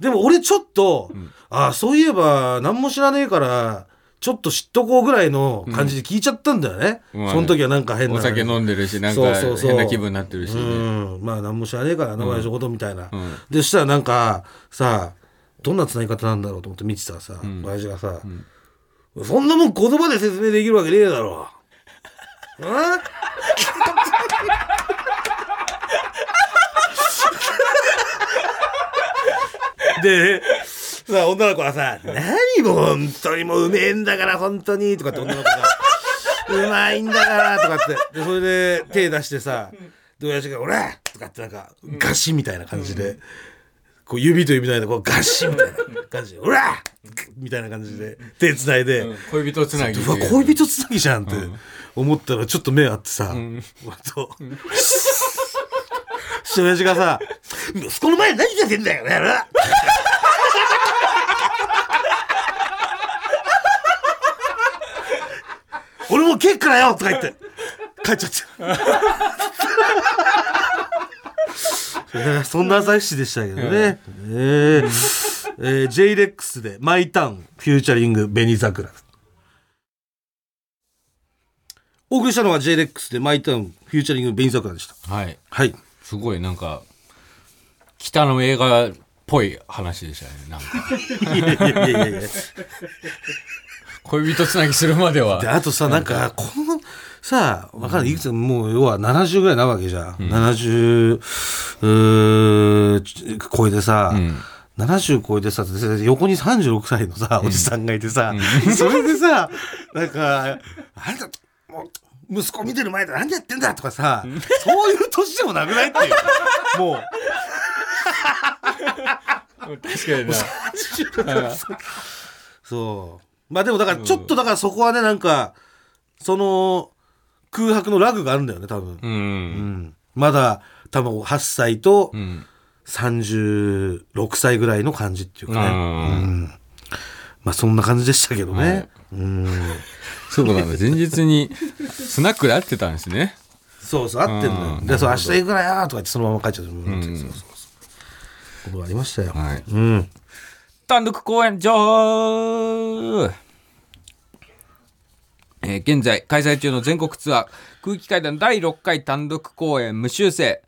C: でも俺ちょっと、ああそういえば何も知らねえからちょっと知っとこうぐらいの感じで聞いちゃったんだよね、
D: うん
C: その時はなんか変な
D: お酒飲んでるしなん
C: そう
D: か
C: そうそう
D: 変な気分になってるし、
C: うんまあ何も知らねえから名前のことみたいな、
D: ん
C: でそしたらなんかさどんな繋ぎ方なんだろうと思って見てたらさ、親父がさ、そんなもん言葉で説明できるわけねえだろ」うん <laughs> でさ女の子はさ「何も本当にもううめえんだから本当に」とかって女の子が「うまいんだから」とかってでそれで手出してさで親父が「おら!」とかってなんかガシみたいな感じで。こう指と指の間でこうガシみたいな感じで「おら!」みたいな感じで手つないで、
D: 恋人つなぎって
C: うわ
D: いう
C: 恋人つなぎじゃんって思ったらちょっと目あってさ、わっと、しめじがさ「息子の前で何出てんだよね」俺もう結からよとか言って帰っちゃった。いや <laughs> そんな朝日でしたけどね。えええー、J-REX で「マイタウン」フューチャリング「紅桜」お送りしたのは J-REX で「マイタウン」フューチャリング「紅桜」でした
D: はい
C: <laughs> はい
D: すごいなんか北の映画っぽい話でしたねなんか
C: いやいやいやいや
D: 恋人つなぎするまでは
C: であとさなんかこのさわかんないいくつもう要は70ぐらいなわけじゃん、70うー超えてさ、70超えてさ横に36歳のさおじさんがいてさ、それでさなんか「あんたもう息子見てる前で何やってんだ」とかさ、そういう年でもなくないっていう <laughs> もう。
D: <laughs> 確かにな
C: そう。まあでもだからちょっとだからそこはねなんかその空白のラグがあるんだよね多分。
D: う
C: うんんまだ多分8歳と
D: うん
C: 36歳ぐらいの感じっていう
D: う
C: かね。
D: ん
C: まあそんな感じでしたけどね。
D: はい
C: うん。
D: そうなんだ前日にスナックで会ってたんですね
C: そうそう合ってる
D: うん
C: のよ。でそう明日行くからよとか言ってそのまま帰っちゃう。うん、そうそうそう。ことがありましたよ。
D: はい
C: うん。
G: 単独公演情報えー現在開催中の全国ツアー空気階段第6回単独公演無修正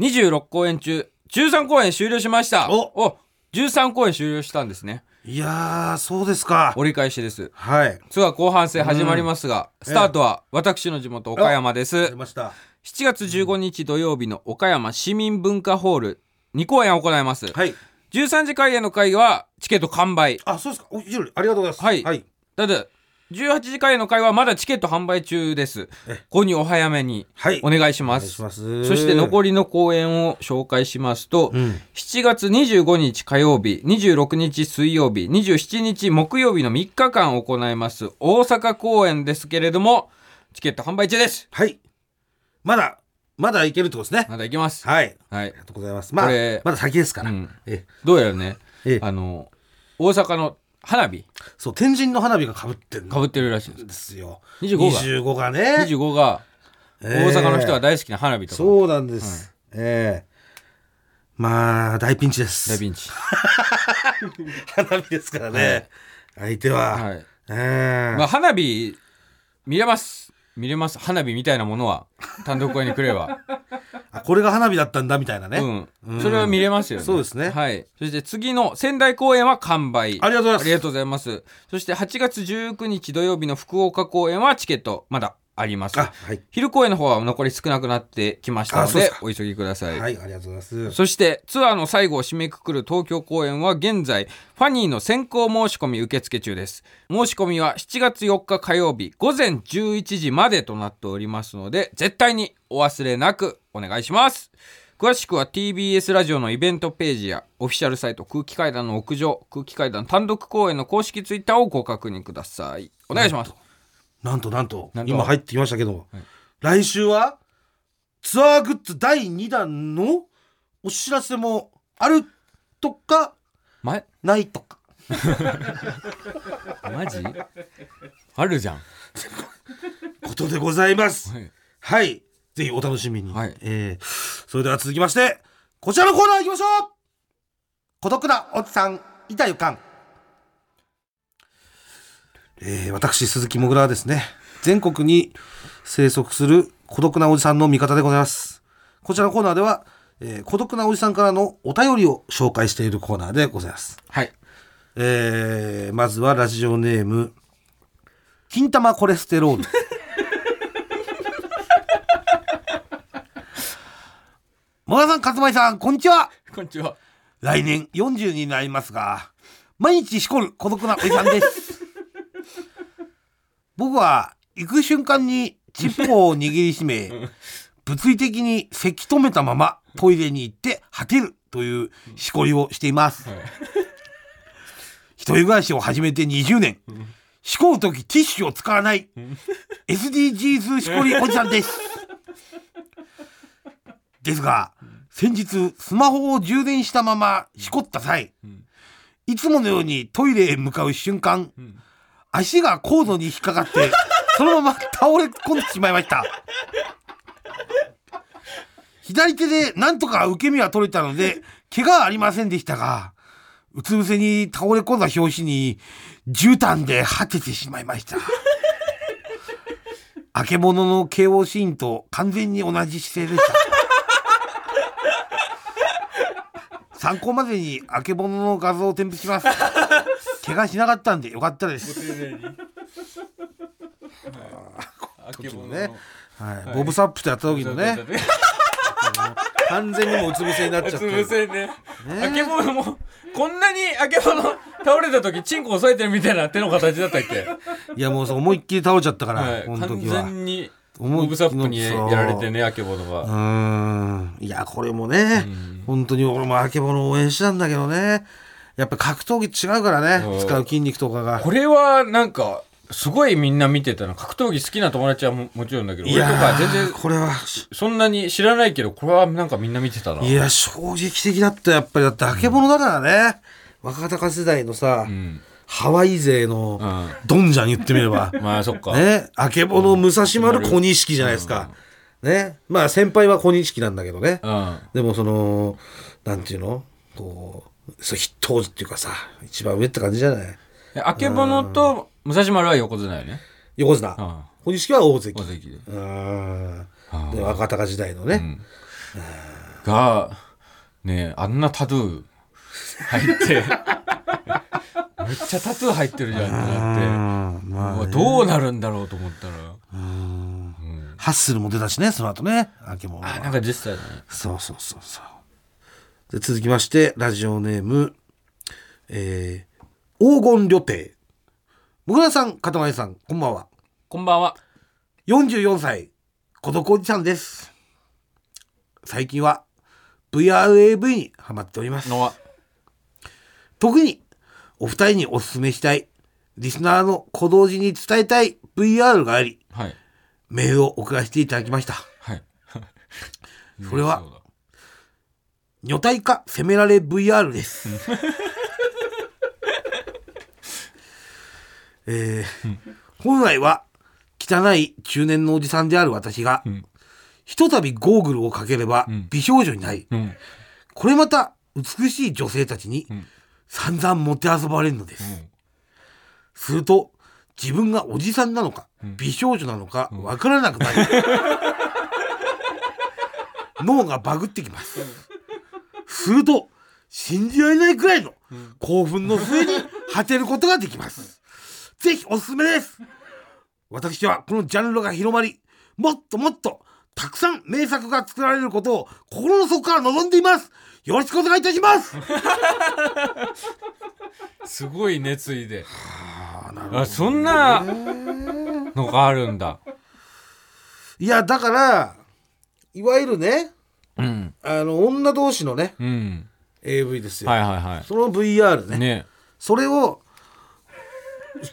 G: 26公演中13公演終了しました
C: お
G: 13公演終了したんですね
C: いやーそうですか。
G: 折り返しです
C: はい。
G: ツアー後半戦始まりますが、スタートは私の地元岡山です、
C: ありました。
G: 7月15日土曜日の岡山市民文化ホール2公演を行います、
C: はい。
G: 13時開演の会はチケット完売
C: あそうですか。おいろいろありがとうございます。
G: はい
C: はい。
G: ただ
D: 18時会の会はまだチケット販売中です購入お早めに
C: はい
D: お願いします,、
C: します
D: そして残りの公演を紹介しますと、
C: ん
D: 7月25日火曜日26日水曜日27日木曜日の3日間行います大阪公演ですけれどもチケット販売中です
C: はいまだまだいけるってことですね
D: まだ行きます
C: はいあり
D: はい
C: がとうございますまあ
D: これ
C: まだ先ですから、
D: うん
C: え
D: どうやらね
C: ええ
D: あの大阪の花火
C: そう天神の花火がかぶってるん
D: かぶってるらしいんです
C: ですよ
D: 25が
C: 25がね
D: 25が大阪の人は大好きな花火とか、
C: そうなんです、ええまあ大ピンチです
D: ダヴィンチ、
C: <laughs> 花火ですからね、相手は、
D: はい
C: ええ
D: まあ、花火見れます見れます花火みたいなものは単独公演に来れば、
C: あこれが花火だったんだみたいなね、
D: うん、それは見れますよね
C: そうですね
D: はいそして次の仙台公演は完売
C: ありがとうございます
D: ありがとうございますそして8月19日土曜日の福岡公演はチケットまだあります
C: あはい
D: 昼公演の方は残り少なくなってきましたの
C: あそう
D: で
C: ですか
D: お急ぎください
C: はいありがとうございます
D: そしてツアーの最後を締めくくる東京公演は現在ファニーの先行申し込み受付中です申し込みは7月4日火曜日午前11時までとなっておりますので絶対にお忘れなくお願いします詳しくは TBS ラジオのイベントページやオフィシャルサイト空気階段の屋上空気階段単独公演の公式ツイッターをご確認くださいお願いします
C: なんとなんと
D: なんと
C: 今入ってきましたけども、来週はツアーグッズ第2弾のお知らせもあるとか
D: ま、
C: ないとか
D: マジ
H: あるじゃん。
C: ことでございます
D: はい
C: はいぜひお楽しみに、
D: はい
C: えーそれでは続きましてこちらのコーナー行きましょう孤独なおじさんいた予感えー私鈴木もぐらはですね全国に生息する孤独なおじさんの味方でございますこちらのコーナーでは、えー孤独なおじさんからのお便りを紹介しているコーナーでございます
D: はい
C: えーまずはラジオネーム金玉コレステロール <laughs> もがさん勝間さんこんにちは
H: こんにちは。
C: 来年40になりますが毎日しこる孤独なおじさんです <laughs> 僕は行く瞬間にチッポを握りしめ物理的にせき止めたままトイレに行って果てるというしこりをしています、一人暮らしを始めて20年しこる時ティッシュを使わない SDGs しこりおじさんですですが先日スマホを充電したまましこった際、いつものようにトイレへ向かう瞬間、足がコードに引っかかってそのまま倒れ込んでしまいました左手でなんとか受け身は取れたの <laughs> で怪我はありませんでしたがうつ伏せに倒れ込んだ拍子に絨毯で果ててしまいま <laughs> したあけぼのの KO シーンと完全に同じ姿勢でした参考までにあけぼのの画像を添付します怪我しなかったんでよかったです
H: あけぼの
C: ねはい、ボブサップとやった時のね完全にもううつ伏せになっちゃ
H: う
C: っ
H: つ
C: て
H: 伏
C: る
H: せね。あけぼのも、こんなにあけぼの倒れた時、チンコ押さえてるみたいな手の形だったっけ
C: いやもうそう思いっきり倒れちゃったから、
H: はい。
C: この
H: 完
C: 時は
H: 全に、
C: 思
H: モ
C: いっきり
H: ブサップにや
C: そう
H: られてね、あけぼの
C: う
H: が。
C: ーんいやこれもね、本当に俺もあけぼのを応援してたんだけどねやっぱ格闘技違うからね、
H: うん
C: 使う筋肉とかが
H: これは、なんか、すごいみんな見てたの。格闘技好きな友達はももちろんだけど、俺とか全然、
C: これは
H: そんなに知らないけど、これはなんかみんな見てたな。
C: いや衝撃的だったやっぱりだってあけぼのだからね、若隆世代のさ、
H: うん。
C: ハワイ勢の
H: うん。
C: ドンジャン言ってみれ
H: <laughs>
C: ば
H: まあ、そっか。
C: ね、あけぼの武蔵丸小錦じゃないですか。ね、まあ先輩は小錦なんだけどね
H: う。ん。
C: でもその、なんていうのこう、そう筆頭っていうかさ、一番上って感じじゃない
H: えあけぼのと武蔵丸は横綱よね。
C: 横綱。
H: うん。
C: 小錦は大関
H: 大。関で。
C: うん。
H: あ
C: で若隆時代のね、
H: が、ねえあんなタトゥー入
D: <laughs>
H: って、めっちゃタトゥー入ってるじゃんってなって
C: うん
H: う
C: まあ
H: わ、どうなるんだろうと思ったら、
C: ハッスルも出たしねその後ねあけぼのは
H: あなんか実際ね。
C: そうそうそうそう。で続きまして、ラジオネーム、えー、黄金旅亭。もぐらさん、かたまりさん、こんばんは。
G: こんばんは。
C: 44歳、孤独おじさんです。最近は VRAV にハマっております。
G: のは。
C: 特にお二人にお勧めしたい、リスナーの小同時に伝えたい VR があり、
D: はい。
C: メールを送らせていただきました。
D: はい。
C: それは、女体化責められ
D: <laughs>
C: VR です。えー本来は汚い中年のおじさんである私が、
D: ん
C: ひとたびゴーグルをかければ
D: ん
C: 美少女になり、
D: うん。うん。
C: これまた美しい女性たちに
D: ん
C: 散々もてあそばれるのです。すると、自分がおじさんなのか、美少女なのか、わからなくなる。脳がバグってきます。すると、信じられないくらいの興奮の末に果てることができます。ぜひおすすめです。私はこのジャンルが広まり、もっともっとたくさん名作が作られることを心の底から望んでいます。よろしくお願いいたします。
D: すごい熱意で。
C: あなる
D: あ、そんなのがあるんだ。
C: いやだからいわゆるね
D: うん。
C: あの女同士のね
D: うん。
C: AV ですよ、
D: はいはいは
C: その VR ね
D: い。ね。
C: それを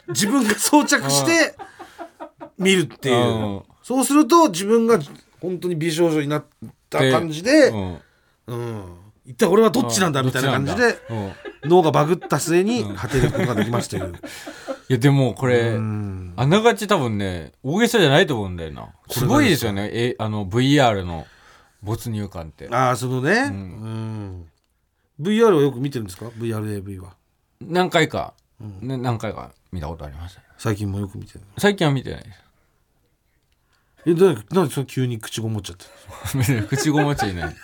C: 自分が装着して見るっていう
D: うん
C: そうすると自分が本当に美少女になった感じで、
D: う
C: うん
D: ん。
C: 一体俺はどっちなんだみたいな感じ
D: どっ
C: で
D: ちなんだうん
C: 脳がバグった末に果てることができましたよ、
D: い
C: <laughs>
D: やでもこれ、あながち多分ね、大げさじゃないと思うんだよな。すごいですよね、えあの VR の没入感って。
C: ああそのね、うん VR はよく見てるんですか VRAV は
D: 何回か、ね何回か見たことありましたね。
C: 最近もよく見てる
D: 最近は見てないで
C: えだなんでその急に口ごもっちゃって
D: す <laughs> 見てない。口ごもちいない。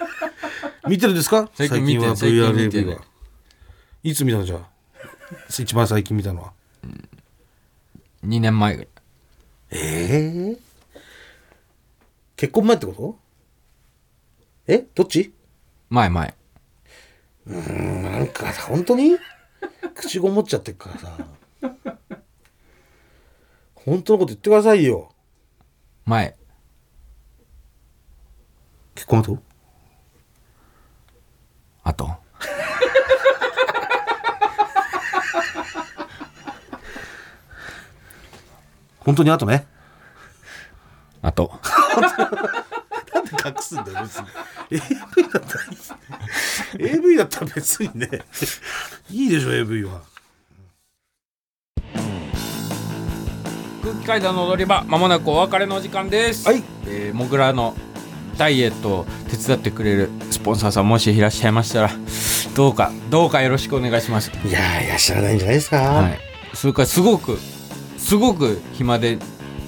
C: 見てるんですか
D: 最近見てない
C: 最近は
D: 最近見て
C: VRAV
D: ない
C: はいつ見たのじゃあ一番最近見たのは
D: 2年前ぐらい。
C: ええ結婚前ってことえどっち
D: 前前。
C: なんかさ本当に口ごもっちゃってるからさ本当のこと言ってくださいよ
D: 前。
C: 結婚後
D: あと。
C: 本当にあとね
D: あと。
C: 隠すんだよ別に AV だったらいい AV だったら別にねいいでしょ AV は
G: 空気階段の踊り場、まもなくお別れのお時間です。
C: はい。
G: えー、もぐらのダイエットを手伝ってくれるスポンサーさん、もしいらっしゃいましたら、どうか、どうかよろしくお願いします。
C: いやーいらっしゃらないんじゃないですか、
G: はい、それからすごくすごく暇で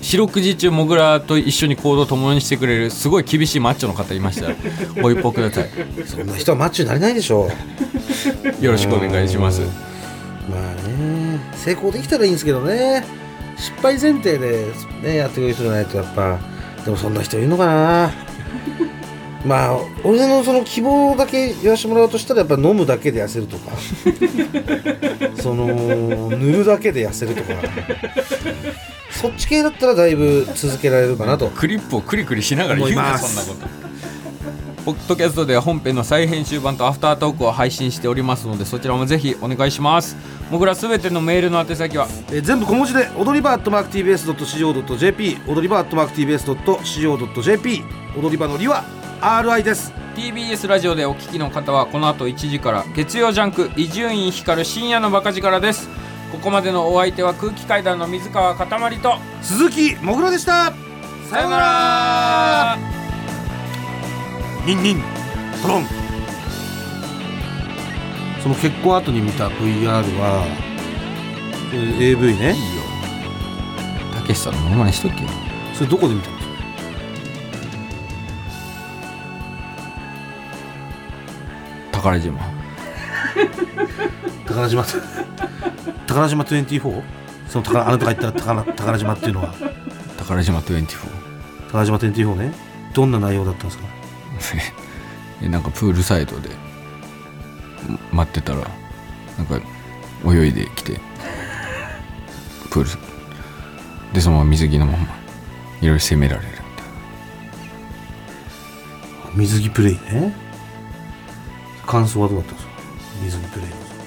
G: 四六時中もぐらと一緒に行動を共にしてくれるすごい厳しいマッチョの方いましたら <laughs> ご一報ください
C: そんな人はマッチョになれないでしょう
D: よろしくお願いします。
C: まあね成功できたらいいんですけどね失敗前提で、ね、やってくれる人じゃないとやっぱでもそんな人いるのかな <laughs> まあ俺のその希望だけ言わせてもらうとしたらやっぱ飲むだけで痩せるとか
D: <laughs>
C: その塗るだけで痩せるとかそっち系だったらだいぶ続けられるかなと
D: クリップをクリクリしながら言う
C: 思い
D: な、
C: ます
D: そんなこと。
G: ポッドキャストでは本編の再編集版とアフタートークを配信しておりますのでそちらもぜひお願いしますもぐらすべてのメールの宛先は
C: えー全部小文字で踊り場 at mark tbs.co.jp 踊り場 at mark tbs.co.jp 踊り場のりは RI です
G: TBS ラジオでお聞きの方はこの後1時から月曜ジャンク伊集院光る深夜のバカ力ですここまでのお相手は空気階段の水川かたまりと
C: 鈴木もぐらでした
G: さよなら
C: ニンニントロンその結婚後に見た VR はえー AV ね
G: いいよたけしさんのモノマネしとけよ
C: それどこで見たの
G: 宝島
C: 宝島 <laughs> 宝島 24? その宝あなたが言った宝宝島っていうのは
G: 宝島24
C: 宝島24ねどんな内容だったんですか
G: <laughs> えなんかプールサイドで待ってたらなんか泳いできてプールでそのまま水着のままいろいろ責められるみたいな
C: 水着プレイね感想はどうだったんですか水着プレイの